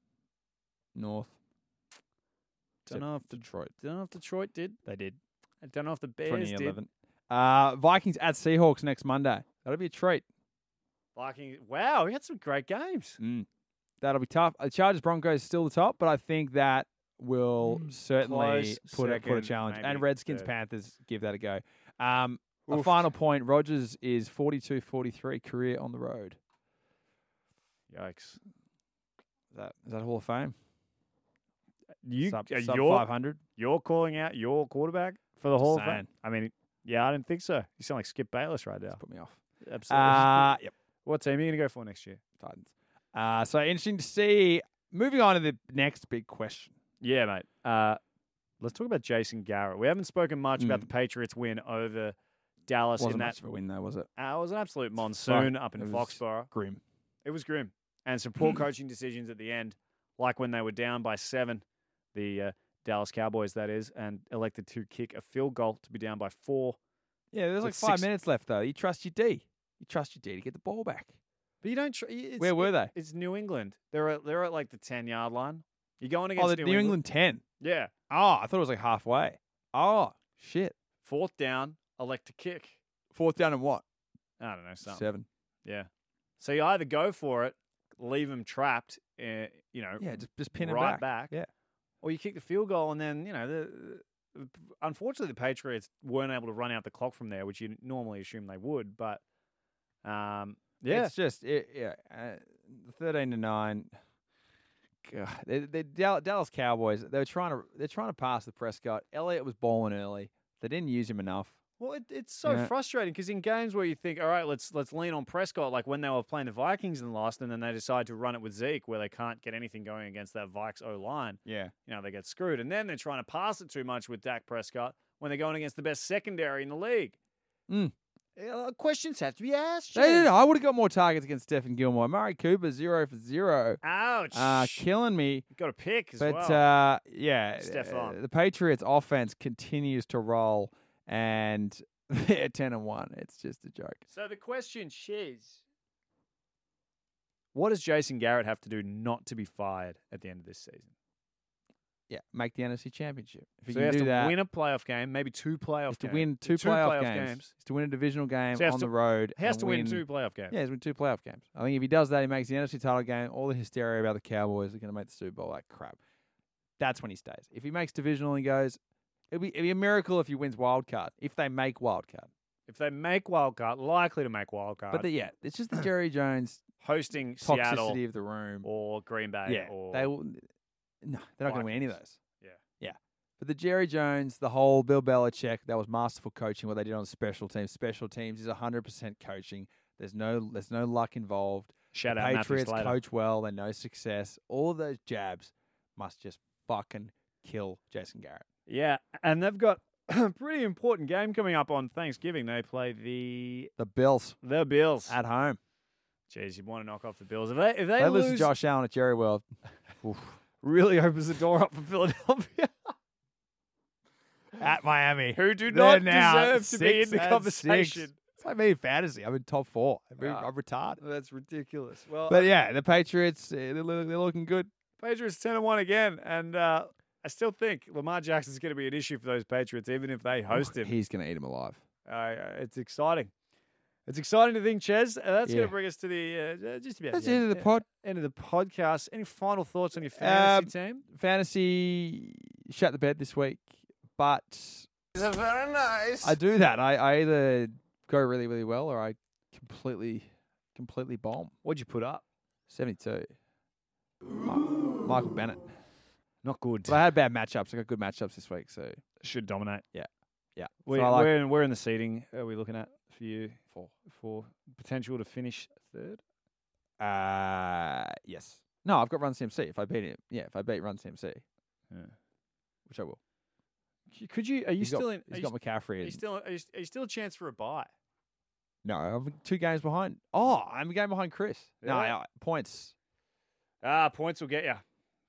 Speaker 2: North.
Speaker 1: Don't know if the
Speaker 2: Detroit.
Speaker 1: don't know if Detroit did.
Speaker 2: They did.
Speaker 1: I don't know if the Bears did.
Speaker 2: 2011. Uh, Vikings at Seahawks next Monday. That'll be a treat.
Speaker 1: Vikings. Wow, we had some great games.
Speaker 2: Mm. That'll be tough. Uh, Chargers Broncos still the top, but I think that will certainly
Speaker 1: Mm, Close
Speaker 2: put a, put a
Speaker 1: second,
Speaker 2: challenge. And
Speaker 1: maybe
Speaker 2: Redskins
Speaker 1: third.
Speaker 2: Panthers give that a go. Um, a
Speaker 1: Oof.
Speaker 2: final point: Rogers is 42-43 career on the road.
Speaker 1: Yikes.
Speaker 2: Is that is that Hall of Fame?
Speaker 1: You,
Speaker 2: sub
Speaker 1: uh,
Speaker 2: sub
Speaker 1: you're,
Speaker 2: five hundred.
Speaker 1: you're calling out your quarterback for the Hall of
Speaker 2: saying.
Speaker 1: Fame? I mean, yeah, I didn't think so. You sound like Skip Bayless right now.
Speaker 2: Put me off.
Speaker 1: Absolutely.
Speaker 2: Uh, yep.
Speaker 1: what team are you going to go for next year?
Speaker 2: Titans. Uh, so interesting to see. Moving on to the next big question.
Speaker 1: Yeah, mate. Uh, let's talk about Jason Garrett. We haven't spoken much about the Patriots win over Dallas
Speaker 2: Hmm. Wasn't
Speaker 1: in
Speaker 2: much
Speaker 1: that.
Speaker 2: of a win though, was it?
Speaker 1: Uh, it was an absolute monsoon up in
Speaker 2: It was- Hmm.
Speaker 1: Foxborough.
Speaker 2: Grim.
Speaker 1: It was grim. And some poor coaching decisions at the end, like when they were down by seven, the uh, Dallas Cowboys, that is, and elected to kick a field goal to be down by four.
Speaker 2: Yeah, there's like
Speaker 1: With
Speaker 2: five
Speaker 1: six-
Speaker 2: minutes left though. You trust your D. You trust your D to get the ball back.
Speaker 1: But you don't. Tr- it's,
Speaker 2: Where were they?
Speaker 1: It's New England. They're at, they're at like the 10 yard line. You're going against
Speaker 2: Oh, the New England ten.
Speaker 1: Yeah.
Speaker 2: Oh, I thought it was like halfway. Oh, shit.
Speaker 1: Fourth down, elect to kick.
Speaker 2: Fourth down and what?
Speaker 1: I don't know. Something.
Speaker 2: Seven.
Speaker 1: Yeah. So you either go for it, leave him trapped, uh, you know,
Speaker 2: Yeah, just, just pin it
Speaker 1: right
Speaker 2: back.
Speaker 1: back.
Speaker 2: Yeah.
Speaker 1: or you kick the field goal, and then you know the. Unfortunately, the Patriots weren't able to run out the clock from there, which you normally assume they would. But, um, yeah,
Speaker 2: It's just, it, yeah, uh, 13 to 9. God, the, the Dal- Dallas Cowboys, they were trying to they're trying to pass the Prescott. Elliott was balling early. They didn't use him enough.
Speaker 1: well, it, it's so
Speaker 2: Yeah.
Speaker 1: frustrating because in games where you think, all right, let's let's lean on Prescott, like when they were playing the Vikings and lost, and then they decide to run it with Zeke, where they can't get anything going against that Vikes O line.
Speaker 2: Yeah.
Speaker 1: you know, they get screwed. And then they're trying to pass it too much with Dak Prescott when they're going against the best secondary in the league.
Speaker 2: Mm.
Speaker 1: Uh, questions have to be asked.
Speaker 2: They did.
Speaker 1: James.
Speaker 2: I would have got more targets against Stephen Gilmore. Murray Cooper, zero for zero.
Speaker 1: Ouch.
Speaker 2: Uh, killing me.
Speaker 1: Got a pick as
Speaker 2: But
Speaker 1: well.
Speaker 2: uh, yeah, uh,
Speaker 1: Stefan.
Speaker 2: the Patriots' offense continues to roll, and they're ten and one. It's just a joke.
Speaker 1: so the question is What does Jason Garrett have to do not to be fired at the end of this season?
Speaker 2: Yeah, make the NFC Championship. If you
Speaker 1: so he
Speaker 2: can
Speaker 1: has
Speaker 2: do
Speaker 1: to
Speaker 2: that,
Speaker 1: win a playoff game, maybe two playoff
Speaker 2: is to
Speaker 1: games.
Speaker 2: win two, playoff, games. Is to win a divisional game
Speaker 1: So he has
Speaker 2: on
Speaker 1: to-
Speaker 2: the road.
Speaker 1: He has
Speaker 2: and
Speaker 1: to win, two playoff games.
Speaker 2: Yeah, he's win two playoff games. I think if he does that, he makes the NFC title game. All the hysteria about the Cowboys are going to make the Super Bowl like crap. That's when he stays. If he makes divisional and goes, it'd be, it'd be a miracle if he wins wild card. If they make wild card,
Speaker 1: If they make wild card, likely to make wild card,
Speaker 2: but the, yeah, it's just the Jerry Jones
Speaker 1: hosting
Speaker 2: toxicity
Speaker 1: Seattle
Speaker 2: of the room.
Speaker 1: or Green Bay
Speaker 2: yeah,
Speaker 1: or
Speaker 2: they will. No, they're not going to win any of those.
Speaker 1: Vikings. Yeah.
Speaker 2: yeah. But the Jerry Jones, the whole Bill Belichick, that was masterful coaching. What they did on special teams, special teams is hundred percent coaching. There's no, there's no luck involved.
Speaker 1: shout
Speaker 2: the
Speaker 1: out Matthew
Speaker 2: Patriots
Speaker 1: Slater.
Speaker 2: coach well, they know success. All of those jabs must just fucking kill Jason Garrett.
Speaker 1: Yeah, and they've got a pretty important game coming up on Thanksgiving. They play the
Speaker 2: The Bills
Speaker 1: the Bills.
Speaker 2: at home.
Speaker 1: Jeez, you'd want to knock off the Bills. If they, if Ah. they,
Speaker 2: They lose to
Speaker 1: lose,
Speaker 2: Josh Allen at Jerry World.
Speaker 1: really opens the door up for Philadelphia.
Speaker 2: at Miami.
Speaker 1: Who do
Speaker 2: They're
Speaker 1: not
Speaker 2: now
Speaker 1: deserve to be in
Speaker 2: six
Speaker 1: the
Speaker 2: and
Speaker 1: conversation.
Speaker 2: six. It's like me in fantasy. I'm in top four. I'm,
Speaker 1: Yeah.
Speaker 2: I'm retarded.
Speaker 1: That's ridiculous. Well, uh,
Speaker 2: But yeah, the Patriots, eh, they're, loo- they're looking good.
Speaker 1: Patriots 10 and 1 again. And uh, I still think Lamar Jackson's going to be an issue for those Patriots, even if they host him.
Speaker 2: He's going to eat him alive.
Speaker 1: Uh, uh, it's exciting. It's exciting to think, Ches. Uh, that's
Speaker 2: Yeah.
Speaker 1: going to bring us to the uh, uh, just about
Speaker 2: That's
Speaker 1: the
Speaker 2: the end of the
Speaker 1: yeah,
Speaker 2: pod.
Speaker 1: end of the podcast. Any final thoughts on your fantasy team?
Speaker 2: Fantasy shut the bed this week, but
Speaker 5: It's very nice.
Speaker 2: I do that. I, I either go really, really well or I completely, completely bomb.
Speaker 1: What'd you put up?
Speaker 2: 72. Mi- Michael Bennett.
Speaker 1: Not good.
Speaker 2: But I had bad matchups. I got good matchups this week, so
Speaker 1: Should dominate.
Speaker 2: yeah.
Speaker 1: We,
Speaker 2: so I like
Speaker 1: we're, in, we're in the seating. Are we looking at for you
Speaker 2: four.
Speaker 1: for potential to finish third?
Speaker 2: Uh yes. No, I've got Run CMC. If I beat him, yeah. If I beat Run CMC,
Speaker 1: Yeah.
Speaker 2: which I will.
Speaker 1: C- Could you? Are you
Speaker 2: He's got-
Speaker 1: still in? Are
Speaker 2: He's
Speaker 1: you,
Speaker 2: got McCaffrey.
Speaker 1: are you
Speaker 2: and-
Speaker 1: still? Are you, are you still a chance for a buy?
Speaker 2: no, I'm two games behind. Oh, I'm a game behind Chris. No,
Speaker 1: Yeah.
Speaker 2: I- points.
Speaker 1: Ah, points will get you.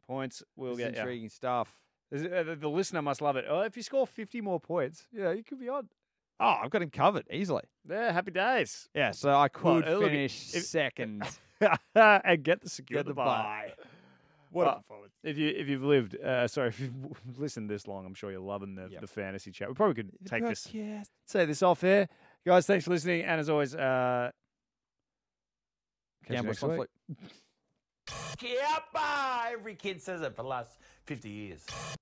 Speaker 1: Points will
Speaker 2: This is
Speaker 1: get you.
Speaker 2: intriguing stuff.
Speaker 1: Is it- uh, The the listener must love it. Oh, if you score 50 more points, yeah, you could be on.
Speaker 2: Oh, I've got him covered easily.
Speaker 1: Yeah, happy days.
Speaker 2: Yeah, so I could
Speaker 1: uh, look,
Speaker 2: finish
Speaker 1: if-
Speaker 2: second.
Speaker 1: and get the secure
Speaker 2: Get the
Speaker 1: buy.
Speaker 2: What a
Speaker 1: Well, if you if you've lived, uh, sorry, if you've w- listened this long, I'm sure you're loving the,
Speaker 2: Yep.
Speaker 1: the fantasy chat. We probably could take this,
Speaker 2: Podcast.
Speaker 1: say this off air, guys. Thanks for listening, and as always, uh, catch you
Speaker 2: Gamble
Speaker 1: next week.
Speaker 2: conflict.
Speaker 3: Yeah, bye. Every kid says it for the last 50 years.